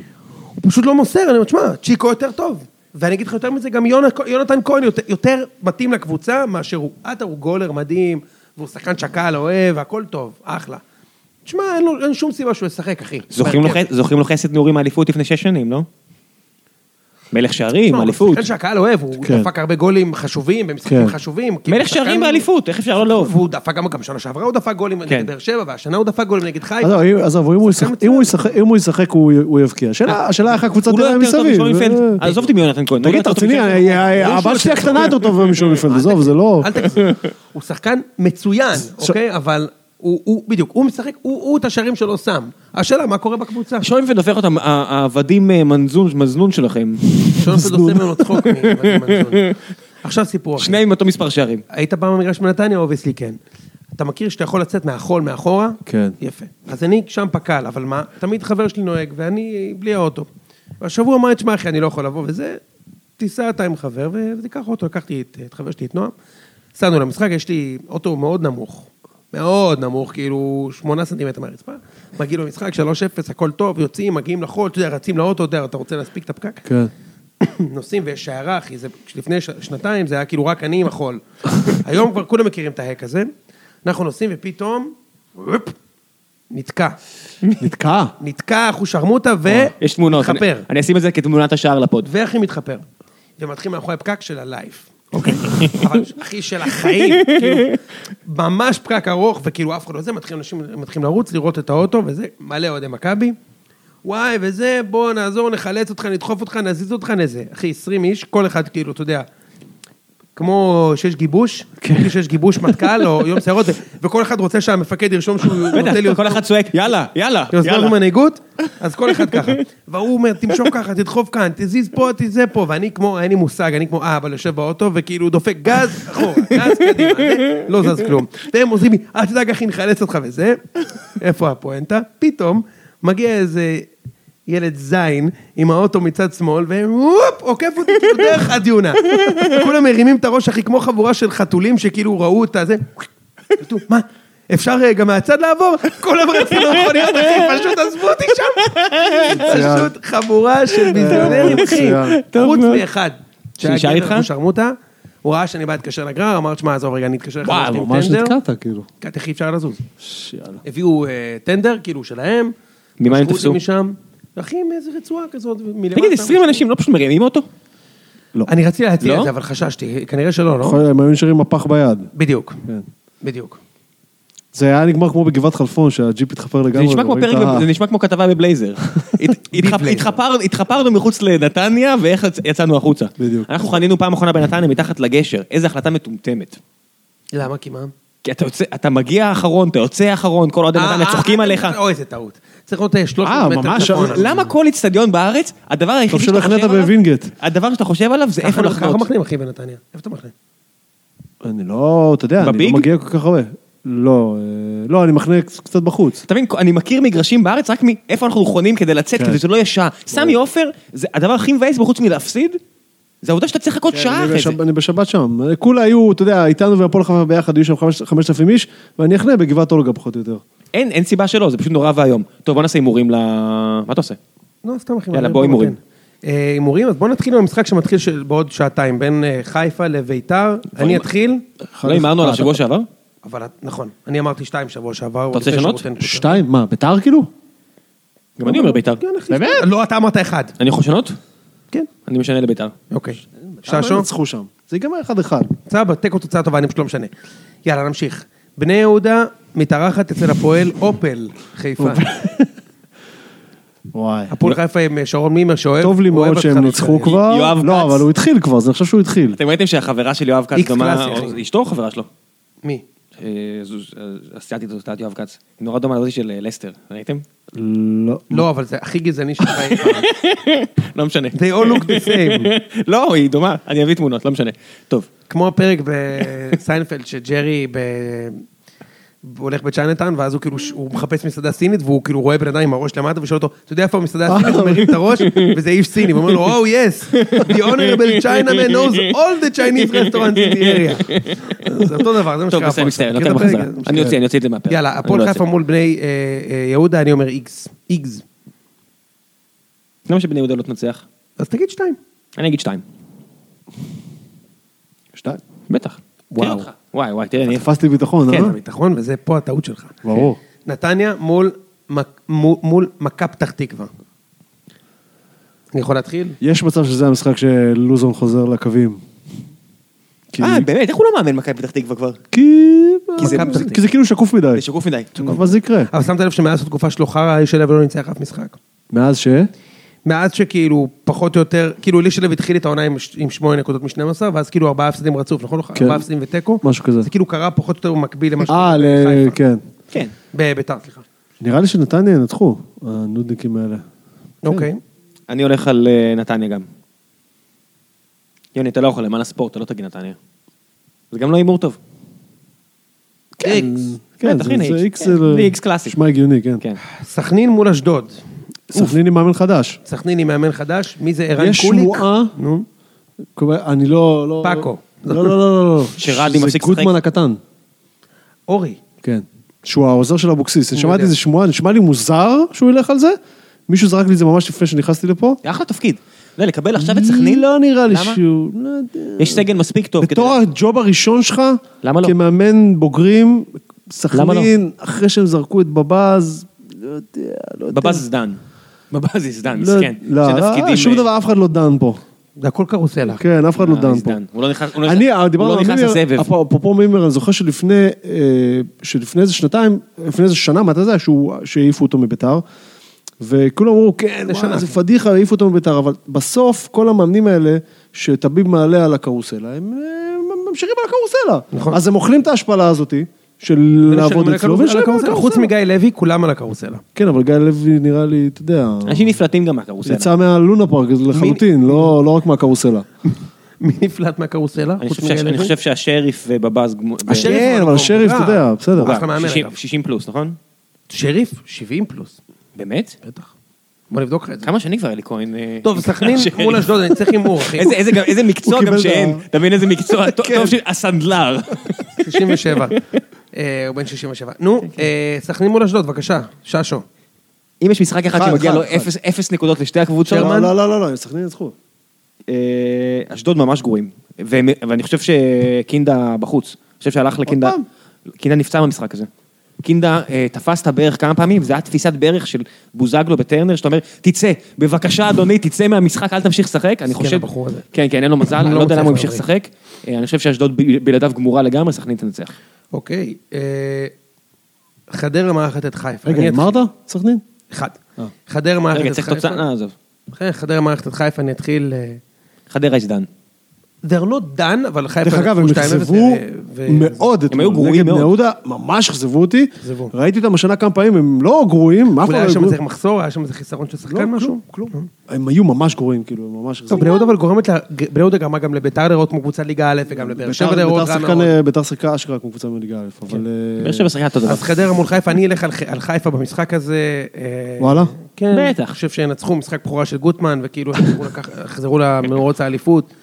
S3: הוא פשוט לא מוסר, אני אומר, תשמע, צ'יקו יותר טוב. ואני אגיד לך יותר מזה, גם יונה- יונתן כהן יותר, יותר מתאים לקבוצה מאשר הוא. עטר הוא גולר מדהים, והוא שחקן שקל, אוהב, הכל טוב, אחלה. תשמע, אין, לו- אין שום סיבה שהוא ישחק, אחי. כן.
S1: זוכרים לו
S3: בהרכב.
S1: חס- זוכרים לו חסד נעורים מאליפות לפני שש שנים, לא? מלך שערים,
S3: תשמע, הוא
S1: אליפות.
S3: שחקן שהקהל אוהב, הוא
S2: כן.
S3: דפק הרבה גולים חשובים, במשחקים
S2: כן.
S3: חשובים. כאילו,
S1: מלך
S3: שחקן-
S1: שערים באליפות, איך אפשר לא לאהוב?
S3: והוא דפק גם, גם שנה שעברה הוא דפק גולים
S1: כן.
S3: נגד באר שבע, והשנה הוא דפק גולים נגד חיפה.
S2: עזוב, אם- עזוב, אם הוא ישחק-
S3: מצוין.
S2: אם הוא ישחק- אם הוא ישחק הוא הוא יבקיע.
S3: אה.
S2: השאלה השאלה איך הקבוצה
S1: הוא לא
S2: תראה
S1: יותר טוב
S2: מסביב.
S1: משלומנפלד.
S2: אה.
S1: עזוב אותי מיונתן כהן.
S2: תגיד, אתה רציני, הבת שלי הקטנה יותר טובה משלומפלד, עזוב, זה לא...
S3: אל תגזים. הוא שחקן מצוין, אוקיי? אבל הוא, הוא, בדיוק, הוא משחק, הוא, הוא את השערים שלו שם. השאלה, מה קורה בקבוצה?
S1: שוינפלד הופך אותם, ה- העבדים אה, מנזון, מזנון שלכם.
S3: שונפלד עושה ממנו צחוק ממנזון. עכשיו סיפור אחר.
S1: שניהם עם אותו מספר שערים.
S3: היית פעם במגרש בנתניה? אובייסלי כן. אתה מכיר שאתה יכול לצאת מהחול מאחורה?
S2: כן.
S3: יפה. אז אני שם פק"ל, אבל מה, תמיד חבר שלי נוהג, ואני בלי האוטו. והשבוע אמר, תשמע אחי, אני לא יכול לבוא, וזה, תיסע אתה עם חבר, ו- ותיקח אותו, לקחתי את, את חבר שלי, את נועם. נסענו למשחק, יש לי אוטו מאוד נמוך. מאוד נמוך, כאילו, שמונה סנטימטר מהרצפה. מגיעים למשחק, 3-0, הכל טוב, יוצאים, מגיעים לחול, אתה יודע, רצים לאוטו, אתה יודע, אתה רוצה להספיק את הפקק?
S2: כן.
S3: נוסעים ויש שיירה, אחי, זה, לפני ש... שנתיים זה היה כאילו רק אני עם החול. היום כבר כולם מכירים את ההק הזה. אנחנו נוסעים ופתאום, הופ, נתקע.
S2: נתקע.
S3: נתקע אחושרמוטה ו...
S1: יש תמונות. אני-
S3: מתחפר.
S1: אני אשים את זה כתמונת השער לפוד.
S3: ואחי מתחפר. ומתחיל מאחורי הפקק של הלייף. אוקיי. אבל אחי של החיים, כאילו, ממש פקק ארוך, וכאילו אף אחד לא זה, מתחילים אנשים, מתחילים לרוץ, לראות את האוטו, וזה, מלא אוהדי מכבי. וואי, וזה, בוא נעזור, נחלץ אותך, נדחוף אותך, נזיז אותך, נזה. אחי, 20 איש, כל אחד כאילו, אתה יודע, כמו שיש גיבוש, כאילו שיש גיבוש מטכ"ל או יום סיירות, ו- וכל אחד רוצה שהמפקד ירשום שהוא
S1: בטח,
S3: נותן לי
S1: כל אחד צועק, יאללה, יאללה,
S3: יוזמות
S1: יאללה.
S3: מנהיגות, אז כל אחד ככה. והוא אומר, תמשוך ככה, תדחוף כאן, תזיז פה, תזיז פה, ואני כמו, אין לי מושג, אני כמו אבא, יושב באוטו, וכאילו דופק גז, אחורה, גז קדימה, זה, לא זז כלום. והם עוזרים לי, אל תדאג אחי, נחלץ אותך וזה. איפה הפואנטה? פתאום מגיע איזה ילד זין עם האוטו מצד שמאל, והופ, עוקף אותי כאילו דרך הדיונה. כולם מרימים את הראש, אחי, כמו חבורה של חתולים שכאילו ראו את הזה. כתוב, מה? אפשר אה, גם מהצד לעבור? כולם רצו למכוניות, אחי, פשוט עזבו אותי שם. פשוט חבורה של ביזיונרים, אחי.
S2: אה, מצוין. טוב
S3: חוץ
S2: מאוד.
S3: מאחד. שהיה
S1: שנשאר
S3: גבר
S1: איתך?
S3: שרמוטה, הוא ראה שאני בא להתקשר לגרר, אמר, תשמע, עזוב רגע, אני אתקשר לך.
S1: וואי,
S3: אני אשים
S2: ממש
S3: טנדר."
S2: נתקעת, כאילו.
S3: קט, איך אי אפשר לזוז?
S2: שיאללה.
S3: הביאו אה, טנדר, כאילו, שלהם.
S1: ממה הם
S3: משכו אותי
S1: תפסו?
S3: משם. אחי, מאיזה רצועה כזאת, מלמטה.
S1: תגיד, 20 אנשים לא פשוט מרימים אותו?
S3: אני רציתי להציע
S1: לא?
S3: את זה, אבל חששתי, כנראה שלא, לא?
S2: יכול להיות, הם היו נשארים עם הפח ביד.
S3: בדיוק.
S2: כן.
S3: בדיוק.
S2: זה היה נגמר כמו בגבעת חלפון, שהג'יפ התחפר
S1: זה
S2: לגמרי.
S1: נשמע כמו
S2: ורואים
S1: פרק,
S2: את ה-
S1: ב- זה נשמע כמו כתבה בבלייזר. הת- התחפ-
S3: לא, בבלייזר.
S1: התחפר- התחפרנו מחוץ לנתניה, ואיך יצ- יצאנו החוצה.
S2: בדיוק.
S1: אנחנו חנינו פעם אחרונה בנתניה מתחת לגשר, איזה החלטה מטומטמת.
S3: למה? כי מה?
S1: כי אתה יוצא, אתה מגיע האחרון, אתה יוצא האחרון, כל אוהדי
S3: אה,
S1: נתניה
S3: אה,
S1: צוחקים
S3: אה,
S1: עליך.
S3: אוי, איזה טעות. צריך להיות אה, 300
S2: אה,
S3: מטר
S2: ממש,
S3: צפונה.
S2: אבל
S1: למה כל איצטדיון בארץ, הדבר היחיד
S2: טוב
S1: שאתה
S2: שלא
S1: חושב
S2: החנית
S1: עליו,
S2: בווינגייט.
S1: הדבר שאתה חושב עליו זה איפה
S3: ככה לא- ככה
S1: לחנות.
S3: מחנים, אחי, בנתניה. איפה אתה מחנה?
S2: אני לא, אתה יודע, אני
S1: בביג?
S2: לא מגיע כל כך הרבה. לא, אה, לא, אני מחנה קצ- קצת בחוץ.
S1: אתה מבין, אני מכיר מגרשים בארץ רק מאיפה אנחנו חונים כדי לצאת,
S2: כן.
S1: כדי שזה לא יהיה שעה. סמי עופר, זה הדבר הכי מבאס בחוץ מלהפסיד, זה העובדה שאתה צריך
S3: כן,
S1: לחכות שעה
S2: כן, אני
S1: אחרי זה.
S2: בשב- אני בשבת שם. אה, כולה היו, אתה יודע, איתנו והפועל חיפה ביחד, היו שם חמש- 5,000 איש, ואני אחנה בגבעת אולגה פחות או יותר.
S1: אין, אין סיבה שלא, זה פשוט נורא ואיום. טוב, בוא נעשה הימורים ל... מה אתה עושה?
S3: לא, סתם אחי.
S1: יאללה,
S3: מעניין,
S1: בוא
S3: אתה
S1: הימורים.
S3: מחנה. אה, הימורים, אז בואו נתחיל עם המשחק שמתחיל של- בעוד שעתיים, בין אה, חיפה לביתר. אני אתחיל,
S1: לא הימרנו
S2: אה,
S1: על השבוע שעבר?
S3: אבל נכון, אני אמרתי שתיים שבוע שעבר.
S1: אתה רוצה
S3: לפני
S1: לשנות?
S3: שרוטן פוטר.
S2: שתיים? מה, ביתר כאילו?
S1: גם אני אומר בית"ר.
S3: כן, אחי, שתיים. לא, אתה אמרת אחד.
S1: אני יכול לשנות?
S3: כן.
S1: אני משנה לבית"ר.
S3: אוקיי.
S2: אבל
S3: שעשוע?
S2: ניצחו שם. זה ייגמר אחד-אחד.
S3: סבבה, תיקו תוצאה טובה, אני פשוט לא משנה. יאללה, נמשיך. בני יהודה מתארחת אצל הפועל אופל חיפה.
S2: וואי.
S3: הפועל חיפה עם אה, שרון מימר שאוהב.
S2: טוב לי
S3: אוהב
S2: מאוד שהם
S3: אותך,
S2: ניצחו
S3: אחי.
S2: כבר.
S1: יואב
S2: לא,
S1: כץ.
S2: אבל הוא התחיל כבר, זה עכשיו שהוא התחיל.
S1: אתם ראיתם שהחברה של יואב כץ
S3: איקס
S1: דומה,
S3: קלאסי, אחי.
S1: אשתו או חברה שלו?
S3: מי?
S1: אה, זו- אה, הסיאטית הזאת, יואב כץ. היא נורא דומה לזאתי של אה, לסטר, ראיתם?
S2: לא.
S3: לא, אבל זה הכי גזעני שלך אי פעם.
S1: לא משנה.
S3: They all look the same.
S1: לא, היא דומה, אני אביא תמונות, לא משנה. טוב,
S3: כמו הפרק בסיינפלד שג'רי ב... הוא הולך בצ'יינתאון, ואז הוא כאילו, ש- הוא מחפש מסעדה סינית, והוא כאילו רואה בן אדם עם הראש למטה, ושואל אותו, אתה יודע איפה המסעדה הסינית? הוא מרים את הראש, וזה איש סיני, והוא אומר לו, או, יס, the honorable Chinaman knows all the Chinese restaurants in the area. זה אותו דבר, זה מה
S1: טוב,
S3: שקרה
S1: בסדר,
S3: פה.
S1: מצטער, לא אני
S3: מכיר
S1: נותן
S3: את
S1: בחזרה.
S3: הפרק?
S1: אני יוצא, אני יוצא את זה מהפרק.
S3: יאללה,
S1: אני
S3: הפועל
S1: לא כן.
S3: חיפה
S1: יוצא.
S3: מול בני אה, אה, יהודה, אני אומר איקס. איקס.
S1: למה שבני יהודה לא תנצח?
S3: אז תגיד שתיים.
S1: אני אגיד שתיים.
S2: שתיים.
S1: בטח.
S2: וואו.
S1: תראה אותך. וואי, וואי, תראה, אני...
S2: תפסתי ביטחון, אה?
S1: כן.
S3: ביטחון, וזה פה הטעות שלך.
S2: ברור.
S3: נתניה מול, מק- מול, מול מכה פתח תקווה. אני יכול להתחיל?
S2: יש מצב שזה המשחק שלוזון חוזר לקווים. כי-
S1: אה, באמת, איך הוא לא מאמן מכבי פתח תקווה כבר?
S2: כי-
S3: כי זה-
S2: כי זה- כי זה כאילו שקוף מדי.
S1: זה שקוף מדי.
S2: שקוף, מה זה יקרה?
S3: אבל שמת לב שמאז התקופה שלו חרא, אלישלב לא ניצח אף משחק.
S2: מאז ש...
S3: מאז שכאילו, פחות או יותר, כאילו אלישלב התחיל את העונה עם ש- עם שמונה נקודות משנים עשר, ואז כאילו ארבעה הפסדים רצוף, נכון?
S2: כן.
S3: ארבעה הפסדים ותיקו.
S2: משהו כזה.
S3: זה כאילו קרה פחות או יותר במקביל למה
S2: אה, ל...
S3: בחיפה.
S2: כן.
S1: כן.
S3: בביתר, סליחה.
S2: נראה לי שנתניה ינצחו, הנודניקים האלה.
S1: כן,
S3: אוקיי.
S1: אני הולך על אה, נתניה גם. יוני, אתה לא יכול, למען הספורט, אתה לא תגיד נתניה. זה גם לא הימור טוב. איקס.
S2: Mm. כן,
S1: בטח,
S2: זה-
S1: הנה,
S2: זה
S1: איקס.
S2: איקס.
S1: כן,
S2: זה-
S1: זה איקס קלאסי.
S2: נשמע הגיוני, כן.
S1: כן.
S3: סכנין מול אשדוד.
S2: סכנין עם מאמן חדש.
S3: סכנין עם מאמן חדש, מי זה ערן קוליק?
S2: יש שמועה,
S3: נו.
S2: כלומר, אני לא... לא-
S3: פאקו.
S2: לא, לא, לא, לא.
S1: שרדי מפסיק
S2: זה גוטמן
S1: לשחק.
S2: הקטן,
S3: אורי.
S2: כן. שהוא העוזר של אבוקסיס. אני
S3: אני
S2: שמעתי
S3: יודע.
S2: איזה שמועה, נשמע לי מוזר שהוא ילך על זה. מישהו זרק לי את זה ממש לפני שנכנסתי לפה.
S1: זה אחלה תפקיד. אתה יודע, לקבל עכשיו את סכנין?
S2: לא נראה לי
S1: למה?
S2: שהוא... לא יודע.
S1: יש סגל מספיק טוב.
S2: בתור
S1: כדי-
S2: הג'וב הראשון שלך,
S1: למה לא?
S2: כמאמן בוגרים,
S1: למה לא?
S2: סכנין, אחרי שהם זרקו את בבאז, לא יודע, לא יודע.
S1: בבאז זדן. בבאז זדן,
S2: לא-
S1: מסכן.
S2: לא,
S1: שתפקידים,
S2: לא, שום
S1: אה,
S2: דבר, אף אחד לא דן פה.
S3: זה הכל קרוסלה.
S2: כן, אף אחד לא
S1: אה,
S2: דן פה.
S1: זדן. הוא לא נכנס הוא לא
S2: אני,
S1: נכנס-
S2: דיברנו
S1: הוא
S2: על
S1: לא נכנס לסבב.
S2: מימר, אפ- אפרופו מימר, אני זוכר שלפני, אה, שלפני איזה שנתיים, לפני איזה שנה, מתי זה היה, שהוא- שהעיפו אותו מביתר, וכולם אמרו, כן, וואי, זה פדיחה, העיפו אותו מביתר, אבל בסוף כל המאמנים האלה, שטביב מעלה על הקרוסלה, הם אה, ממשיכים על הקרוסלה.
S3: נכון.
S2: אז הם אוכלים את ההשפלה הזאת, של
S3: זה מה
S2: לעבוד
S3: שהם על
S2: אצלו,
S3: הקרוסלה,
S2: ושל
S3: על הקרוסלה. חוץ מגיא לוי, כולם על הקרוסלה.
S2: כן, אבל גיא לוי נראה לי, אתה יודע,
S3: אה,
S1: אנשים נפלטים גם מהקרוסלה.
S2: יצא מהלונה פארק לחלוטין, לא לא רק מהקרוסלה.
S3: מי נפלט מהקרוסלה?
S1: אני
S3: חוץ
S1: חושב שה-
S3: מגיא
S1: אני
S3: לוי?
S1: חושב שהשריף ובבאז... גמו- ב-
S3: השריף
S2: כן,
S3: הוא
S2: אבל
S3: מקום
S2: השריף, אתה
S3: מבוגר.
S2: יודע, בסדר.
S3: הוא אחלה מאמן
S1: 60
S3: אגב.
S1: 60 פלוס, נכון?
S3: שריף, 70 פלוס.
S1: באמת?
S3: בטח. בוא נבדוק לך את זה.
S1: כמה שנים כבר אלי כהן... אה,
S3: טוב,
S1: עם
S3: סכנין
S1: השריף?
S3: מול אשדוד, אני צריך הימור, אחי.
S1: איזה- איזה גם- איזה מקצוע
S2: קיבל
S1: גם
S2: את
S1: שאין,
S2: ה- כן.
S1: אתה מבין איזה מקצוע, טוב טוב שהסנדלר.
S3: 67. אה, הוא בן 67. נו,
S1: כן,
S3: אה, סכנין מול אשדוד, בבקשה, ששו.
S1: אם יש משחק אחד
S2: אחד,
S1: שמגיע
S2: אחד,
S1: לו
S2: אחד.
S1: אפס- אפס נקודות לשתי הקבוצות,
S2: לא, לא, לא, לא, לא, סכנין ניצחו.
S1: אה, אשדוד ממש גרועים. והם- ואני חושב שקינדה בחוץ. אני חושב שהלך לקינדה...
S2: פעם?
S1: קינדה נפצע במשחק הזה. קינדה, אה, תפסת בערך כמה פעמים, זה היה תפיסת ברך של בוזגלו בטרנר, שאתה אומר, תצא, בבקשה אדוני, תצא מהמשחק, אל תמשיך לשחק. אני
S3: מסכן
S1: חושב...
S3: הבחור הזה.
S1: כן, כן, אין לו מזל,
S3: הוא
S1: אני
S3: לא
S1: לא יודע
S3: מצליח
S1: למה הוא המשיך
S3: להבריא.
S1: לשחק. אה, אני חושב שאשדוד ב- בלעדיו גמורה לגמרי, סכנין תנצח.
S3: אוקיי. אה, חדרה מארחת את חיפה.
S2: רגע,
S3: אני אתחיל.
S2: אמרת? סכנין?
S3: אחד.
S2: אה.
S3: חדרה מארחת
S1: רגע,
S3: את
S1: צריך
S3: חיפה.
S1: תוצאה, אה, עזוב.
S3: אה, חדרה מארחת את חיפה, אני אתחיל... אה,
S1: חדרה יש דן.
S3: they're not done, אבל חיפה...
S2: דרך אגב, הם
S3: לקחו 2-0,
S2: אכזבו
S3: ו-
S2: מאוד
S1: הם היו
S2: אתמול.
S1: גרועים
S2: נגד
S1: מאוד.
S2: בני יהודה, ממש אכזבו אותי.
S3: אכזבו.
S2: ראיתי אותם השנה כמה פעמים, הם לא גרועים, אף אחד
S3: אולי
S2: לא
S3: היה
S2: היו
S3: שם איזה
S2: גרועים.
S3: מחסור, היה שם איזה חיסרון של שחקן
S2: לא,
S3: משהו?
S2: כלום, כלום. הם היו ממש גרועים, כאילו, הם ממש
S3: טוב, בני יהודה אבל גורמת, ל- בני יהודה גרמה גם לביתר לראות כמו קבוצת ליגה א' וגם לבאר שבע
S2: ביתר-
S3: לראות
S2: ביתר
S3: רע
S2: שחקן,
S3: מאוד.
S2: אה,
S3: כן.
S2: ביתר שחקה אשכרה כמו קבוצה מליגה א', אבל... אה,
S1: באר שבע שחקה אותו דבר.
S3: אז חדרה מול חיפה, אני אלך על ח- על חיפה במשחק הזה. אה,
S2: וואלה?
S3: כן.
S1: בטח.
S3: אני חושב שינצחו משחק בכורה של גוטמן, וכאילו יחזרו לקח- יחזרו למרוץ האליפות.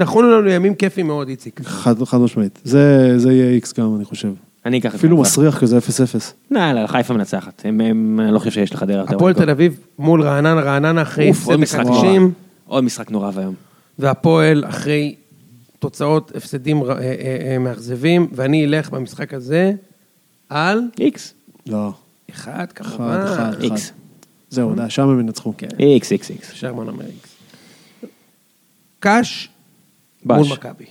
S3: נכונו לנו ימים כיפים מאוד, איציק.
S2: חד חד משמעית. זה זה יהיה איקס גם, אני חושב.
S1: אני אקח את
S2: אפילו
S1: חיפה.
S2: מסריח כזה 0-0.
S1: לא, לא, חיפה מנצחת. הם- הם- אני לא חושב שיש לחדרה יותר.
S3: הפועל
S1: מה לקרוא.
S3: תל אביב מול רעננה, רעננה אחרי
S1: אוף, עוד משחק
S3: הפסד
S1: נורא.
S3: 90,
S1: עוד משחק נורא ואיום.
S3: והפועל אחרי תוצאות הפסדים ר- אה, אה, אה, מאכזבים, ואני אלך במשחק הזה על
S1: איקס.
S3: אה,
S2: לא,
S3: אחד, כמובן.
S2: אחד, אחד, אחד.
S1: איקס.
S2: זהו, די, שם הם ינצחו.
S3: כן.
S1: איקס, איקס, איקס.
S3: שרמן אומר איקס. קאש
S1: בש.
S3: מול מכבי.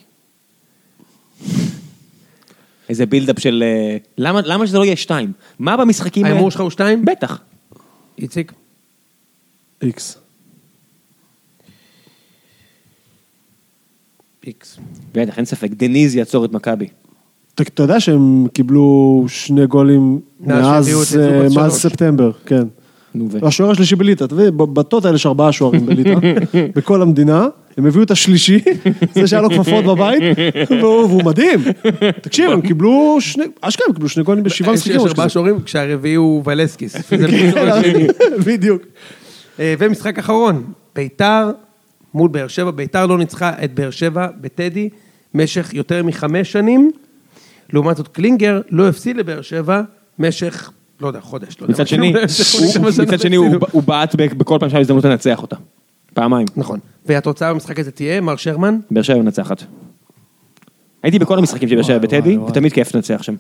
S1: איזה בילדאפ של... אה, למה למה שזה לא יהיה שתיים? מה במשחקים האלה?
S3: ההימור שלך הוא שתיים?
S1: בטח.
S3: איציק?
S2: איקס.
S3: איקס.
S1: בטח, אין ספק. דניז יעצור את מכבי.
S2: אתה אתה יודע שהם קיבלו שני גולים
S3: מאז שהביאו את
S2: מאז
S3: זוג
S2: אה,
S3: הצלות.
S2: מאז ספטמבר, כן.
S1: נו ו...
S2: השוער השלישי בליטא, אתה מבין, בטוטל יש ארבעה שוערים בליטא, בכל המדינה, הם הביאו את השלישי, זה שהיה לו כפפות בבית, והוא והוא מדהים. תקשיב, הם קיבלו שני, אשכרה הם קיבלו שני גולים בשבעה
S3: יש
S2: משחקים. כן,
S3: יש
S2: או משהו
S3: ארבעה
S2: כזה.
S3: שוערים, כשהרביעי הוא ולסקיס. וזה בקיצור השני.
S2: בדיוק.
S3: אה, ומשחק אחרון, ביתר מול באר שבע. ביתר לא ניצחה את באר שבע בטדי משך יותר מחמש שנים. לעומת זאת, קלינגר לא הפסיד לבאר שבע משך, לא יודע, חודש, לא יודע.
S1: מצד
S3: מה,
S1: שני,
S3: כאילו,
S1: הוא-
S3: כמה שנים
S1: מצד שני הוא-
S3: הפסידו.
S1: הוא בעט ב- בכל פעם שהיה הזדמנות לנצח אותה. פעמיים.
S3: נכון. והתוצאה במשחק הזה תהיה, מר שרמן?
S1: באר שבע מנצחת. הייתי בכל המשחקים של באר שבע
S2: וואי,
S1: בטדי,
S2: וואי, וואי.
S1: ותמיד כיף לנצח שם.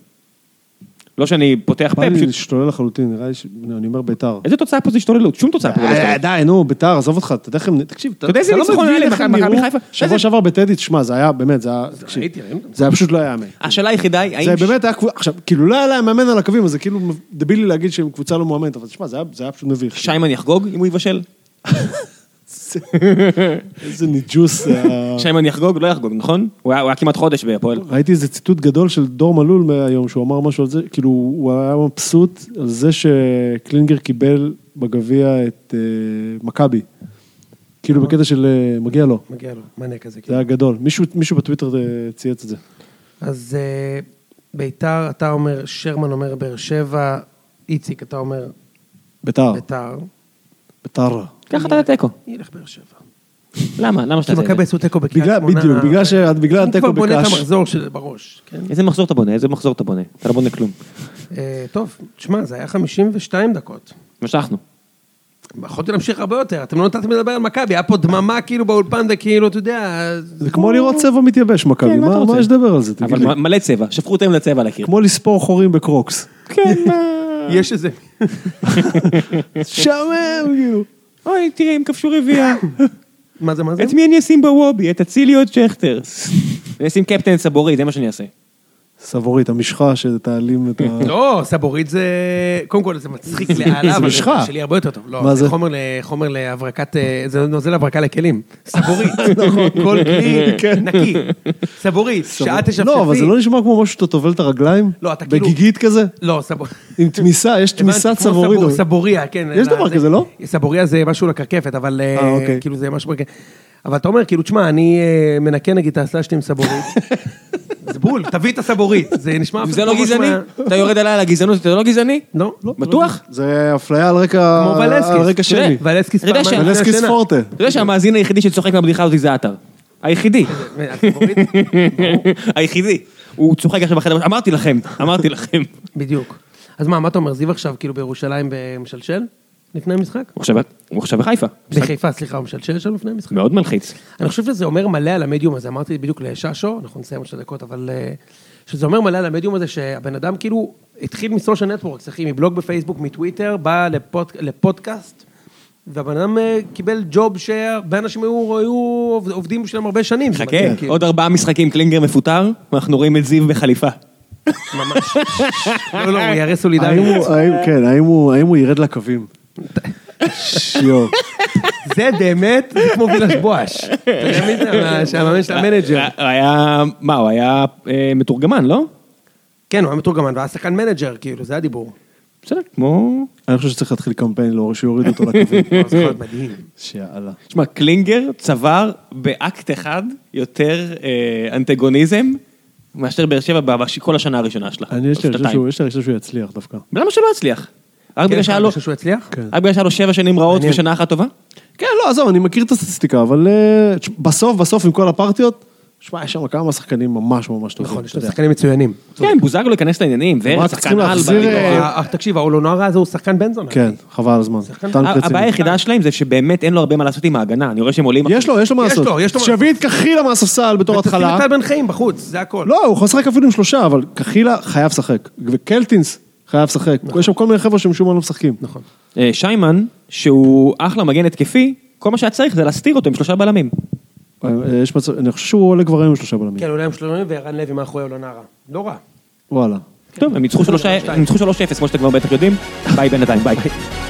S1: לא שאני פותח
S2: בא
S1: פה,
S2: לי
S1: פשוט...
S2: להשתולל לחלוטין, נראה לי ש... לא, אני אומר ביתר.
S1: איזה תוצאה פה זה השתוללות? שום תוצאה פה זה לא
S2: די,
S1: השתוללות.
S2: די, נו, ביתר, עזוב אותך, אתה יודע איך הם... תקשיב, אתה
S1: יודע איזה
S2: אתה לא
S1: ניצחון
S2: מבין
S1: היה
S2: איך הם
S1: למכבי
S2: נראו.
S1: חיפה? איזה-
S2: שבוע שעבר בטדי, תשמע, זה היה, באמת, זה היה... תקשיב,
S3: ראיתי, ראיתי.
S2: זה היה פשוט לא היה יאמן.
S1: השאלה היחידה היא, האם...
S2: זה באמת היה קבוצה, עכשיו, כאילו לא היה להם מאמן על הקווים, אז זה כאילו דבילי להגיד שהם קבוצה לא מואמנת, אבל תשמע, זה היה- זה היה פשוט מביך.
S1: שיימן יחגוג אם הוא יבשל?
S2: איזה ניג'וס. זה היה.
S1: שיימן יחגוג? לא יחגוג, נכון? הוא היה הוא היה כמעט חודש בהפועל.
S2: ראיתי איזה ציטוט גדול של דור מלול מהיום, שהוא אמר משהו על זה, כאילו, הוא היה מבסוט על זה שקלינגר קיבל בגביע את אה, מכבי. כאילו בקטע של אה, מגיע לו.
S3: מגיע לו, מנה כזה.
S2: זה
S3: כאילו.
S2: היה גדול. מישהו מישהו בטוויטר אה, צייץ את זה.
S3: אז אה, ביתר, אתה אומר, שרמן אומר באר שבע, איציק, אתה אומר
S2: ביתר.
S1: לא.
S3: ביתר.
S2: ביתר.
S1: ככה אתה לתיקו.
S3: ילך באר שבע.
S1: למה? למה
S3: כי
S1: שאתה
S3: מכבי
S1: תעשה את
S3: עשו תיקו
S2: בגלל-
S3: בקריית שמונה.
S2: בדיוק, בגלל ש- בגלל
S3: הוא כבר
S2: התיקו
S3: בונה את
S2: בקש.
S3: המחזור של בראש. כן.
S1: זה? איזה מחזור אתה בונה? איזה מחזור אתה בונה? אתה לא בונה כלום.
S3: אה, טוב, תשמע, זה היה 52 דקות.
S1: משכנו.
S2: כן,
S3: יכולתי להמשיך הרבה יותר, אתם לא נתתם לדבר על מכבי, היה פה דממה כאילו באולפן וכאילו, אתה יודע...
S2: זה כמו לראות צבע מתייבש, מכבי.
S1: נכון. כן, מה אתה
S2: מה
S1: רוצה?
S2: מה יש לדבר על זה? תגיד לי.
S1: אבל מלא צבע, שפכו אותם לצבע על הקיר.
S2: כמו לספור חורים בקרוקס.
S1: כן, מה...
S3: יש איזה...
S2: שעמם, כאילו.
S1: אוי, תראה, הם כבשו רביעייה.
S3: מה זה, מה זה?
S1: את מי אני אשים בוובי? את אצילי או את שכטר? אני אשים קפטן סבורי, זה מה שאני אעשה.
S2: סבורית, המשחה שתעלים את ה...
S3: לא, סבורית זה... קודם כל זה מצחיק לאללה, אבל
S2: משחה.
S3: שלי הרבה יותר טוב. לא,
S2: מה
S3: זה
S2: זה?
S3: חומר ל- חומר להברקת... אה, זה נוזל הברקה לכלים. סבורית. כל כלי נקי. סבורית, שעה תשפשפי.
S2: נכון. כן. לא, אבל זה לא נשמע כמו משהו שאתה טובל את הרגליים?
S3: לא, אתה כאילו-
S2: בגיגית כזה?
S3: לא, סבורית.
S2: עם תמיסה, יש תמיסה
S3: הבנתי, כמו
S2: צבורית.
S3: סבור- סבוריה, כן.
S2: יש
S3: אלא
S2: דבר
S3: זה-
S2: כזה, לא?
S3: סבוריה זה משהו לקרקפת, אבל אה,
S2: אה, אוקיי.
S3: כאילו זה משהו... בק- אבל אתה אומר, כאילו, תשמע, אני אה, מנקה נגיד את האסלה שלי עם סבורית. זה בול, תביא את הסבורית. זה נשמע...
S1: זה
S3: אפילו
S1: לא
S3: כמו
S1: גזעני?
S3: משמע-
S1: אתה יורד עליי על הגזענות, אתה לא גזעני?
S3: לא.
S1: בטוח?
S2: זה אפליה על רקע...
S3: כמו ולסקיס.
S2: על רקע
S1: תראה,
S2: שני.
S3: ולסקיס
S1: אתה יודע ש-
S3: פעמיים לפני
S2: ולסקיס
S3: השינה.
S2: פורטה.
S1: אתה יודע שהמאזין היחידי שצוחק מהבדיחה הזאת זה עטר. היחידי.
S3: אה, הסבורית,
S1: היחידי. הוא צוחק עכשיו בחדר, אמרתי לכם, אמרתי לכם.
S3: בדיוק. אז מה, מה אתה אומר, זיו עכשיו כאילו בירושלים ומשלשל? לפני המשחק?
S1: הוא עכשיו- הוא עכשיו בחיפה.
S3: בחיפה, סליחה, הוא משלשל שם לפני המשחק?
S1: מאוד מלחיץ.
S3: אני חושב שזה אומר מלא על המדיום הזה, אמרתי בדיוק לששו, אנחנו נסיים עוד שתי דקות, אבל... אה, שזה אומר מלא על המדיום הזה שהבן אדם כאילו התחיל מסושיאל נטוורקס, אחי, מבלוג בפייסבוק, מטוויטר, בא לפוד, לפודקאסט, והבן אדם אה, קיבל ג'וב שהרבה אנשים היו, היו עובדים בשבילם הרבה שנים. זה מדהים,
S1: חכה,
S3: כאילו.
S1: כן, עוד ארבעה משחקים קלינגר מפוטר, ואנחנו רואים את זיו בחליפה.
S3: כאילו, ממש. לא, לא, הוא ירא
S2: האם
S3: סולידריות.
S2: הוא- האם- כן, האם הוא- האם הוא ירד לקווים? שיו.
S3: זה באמת, זה כמו וילש בואש. אתה יודע מי זה? שהמאמן של המנג'ר.
S1: הוא היה, מה, הוא היה אה, מתורגמן, לא?
S3: כן, הוא היה מתורגמן, והיה שחקן מנג'ר, כאילו, זה הדיבור.
S1: בסדר, כמו...
S2: אני חושב שצריך להתחיל קמפיין להוריד שיוריד אותו לקווים.
S3: וואו, זה יכול להיות מדהים.
S2: שיאללה.
S1: תשמע, קלינגר צבר באקט אחד יותר אה, אנטגוניזם מאשר באר שבע בש- כל השנה הראשונה שלה.
S2: אני יש לי הרגשה
S1: שנתיים.
S2: שהוא- יש לי הרגשה שהוא יצליח דווקא.
S1: למה שלא יצליח? רק
S3: כן,
S1: בגלל שהיה
S3: אתה
S1: לו-
S3: חושב שהוא יצליח?
S2: כן.
S1: רק בגלל שהיה לו שבע שנים רעות
S3: מעניין.
S1: ושנה אחת טובה?
S2: כן, לא, עזוב, אני מכיר את הסטטיסטיקה, אבל אה, תש- בסוף, בסוף, עם כל הפרטיות, שמע, יש שם כמה שחקנים ממש ממש טובים.
S3: נכון, יש
S2: אתה
S3: להם
S2: יודע.
S3: שחקנים מצוינים.
S1: כן, בוזגלו ייכנס לעניינים,
S2: רק
S1: וארץ, שחקן
S2: צריכים
S1: על,
S2: להחזיר,
S1: בליגה.
S2: אה,
S3: אה, אה, תקשיב, האולונרה הזה הוא שחקן בן זונה.
S2: כן, חבל על הזמן. טנק
S1: ה- הבעיה
S2: רציני.
S1: היחידה שלהם זה שבאמת אין לו הרבה מה לעשות עם ההגנה, אני רואה שהם עולים...
S2: יש לו, יש לו מה
S3: יש
S2: לעשות.
S3: לו, יש לו מה
S2: שיביא את קחילה מהספסל בתור
S3: ותשים
S2: התחלה.
S3: את טל בן חיים בחוץ, זה הכל.
S2: לא, הוא יכול לשחק אפילו עם שלושה, אבל קחילה חייב לשחק. וקלטינס חייב לשחק. יש שם כל מיני חבר'ה שמשום מה לא משחקים.
S3: נכון.
S1: אה, שיימן, שהוא אחלה מגן התקפי, כל מה שהיה צריך זה להסתיר אותו עם שלושה בלמים.
S2: אה, אה, יש מצב, אני חושב שהוא עולה כבר היום עם שלושה בלמים.
S3: כן, אולי הם שלומים וערן לוי מאחורי אולונרה. לא רע.
S2: וואלה.
S1: טוב, הם ניצחו שלושה- הם ניצחו 3-0, כמו שאתם כבר בטח יודעים. ביי בינתיים, ביי.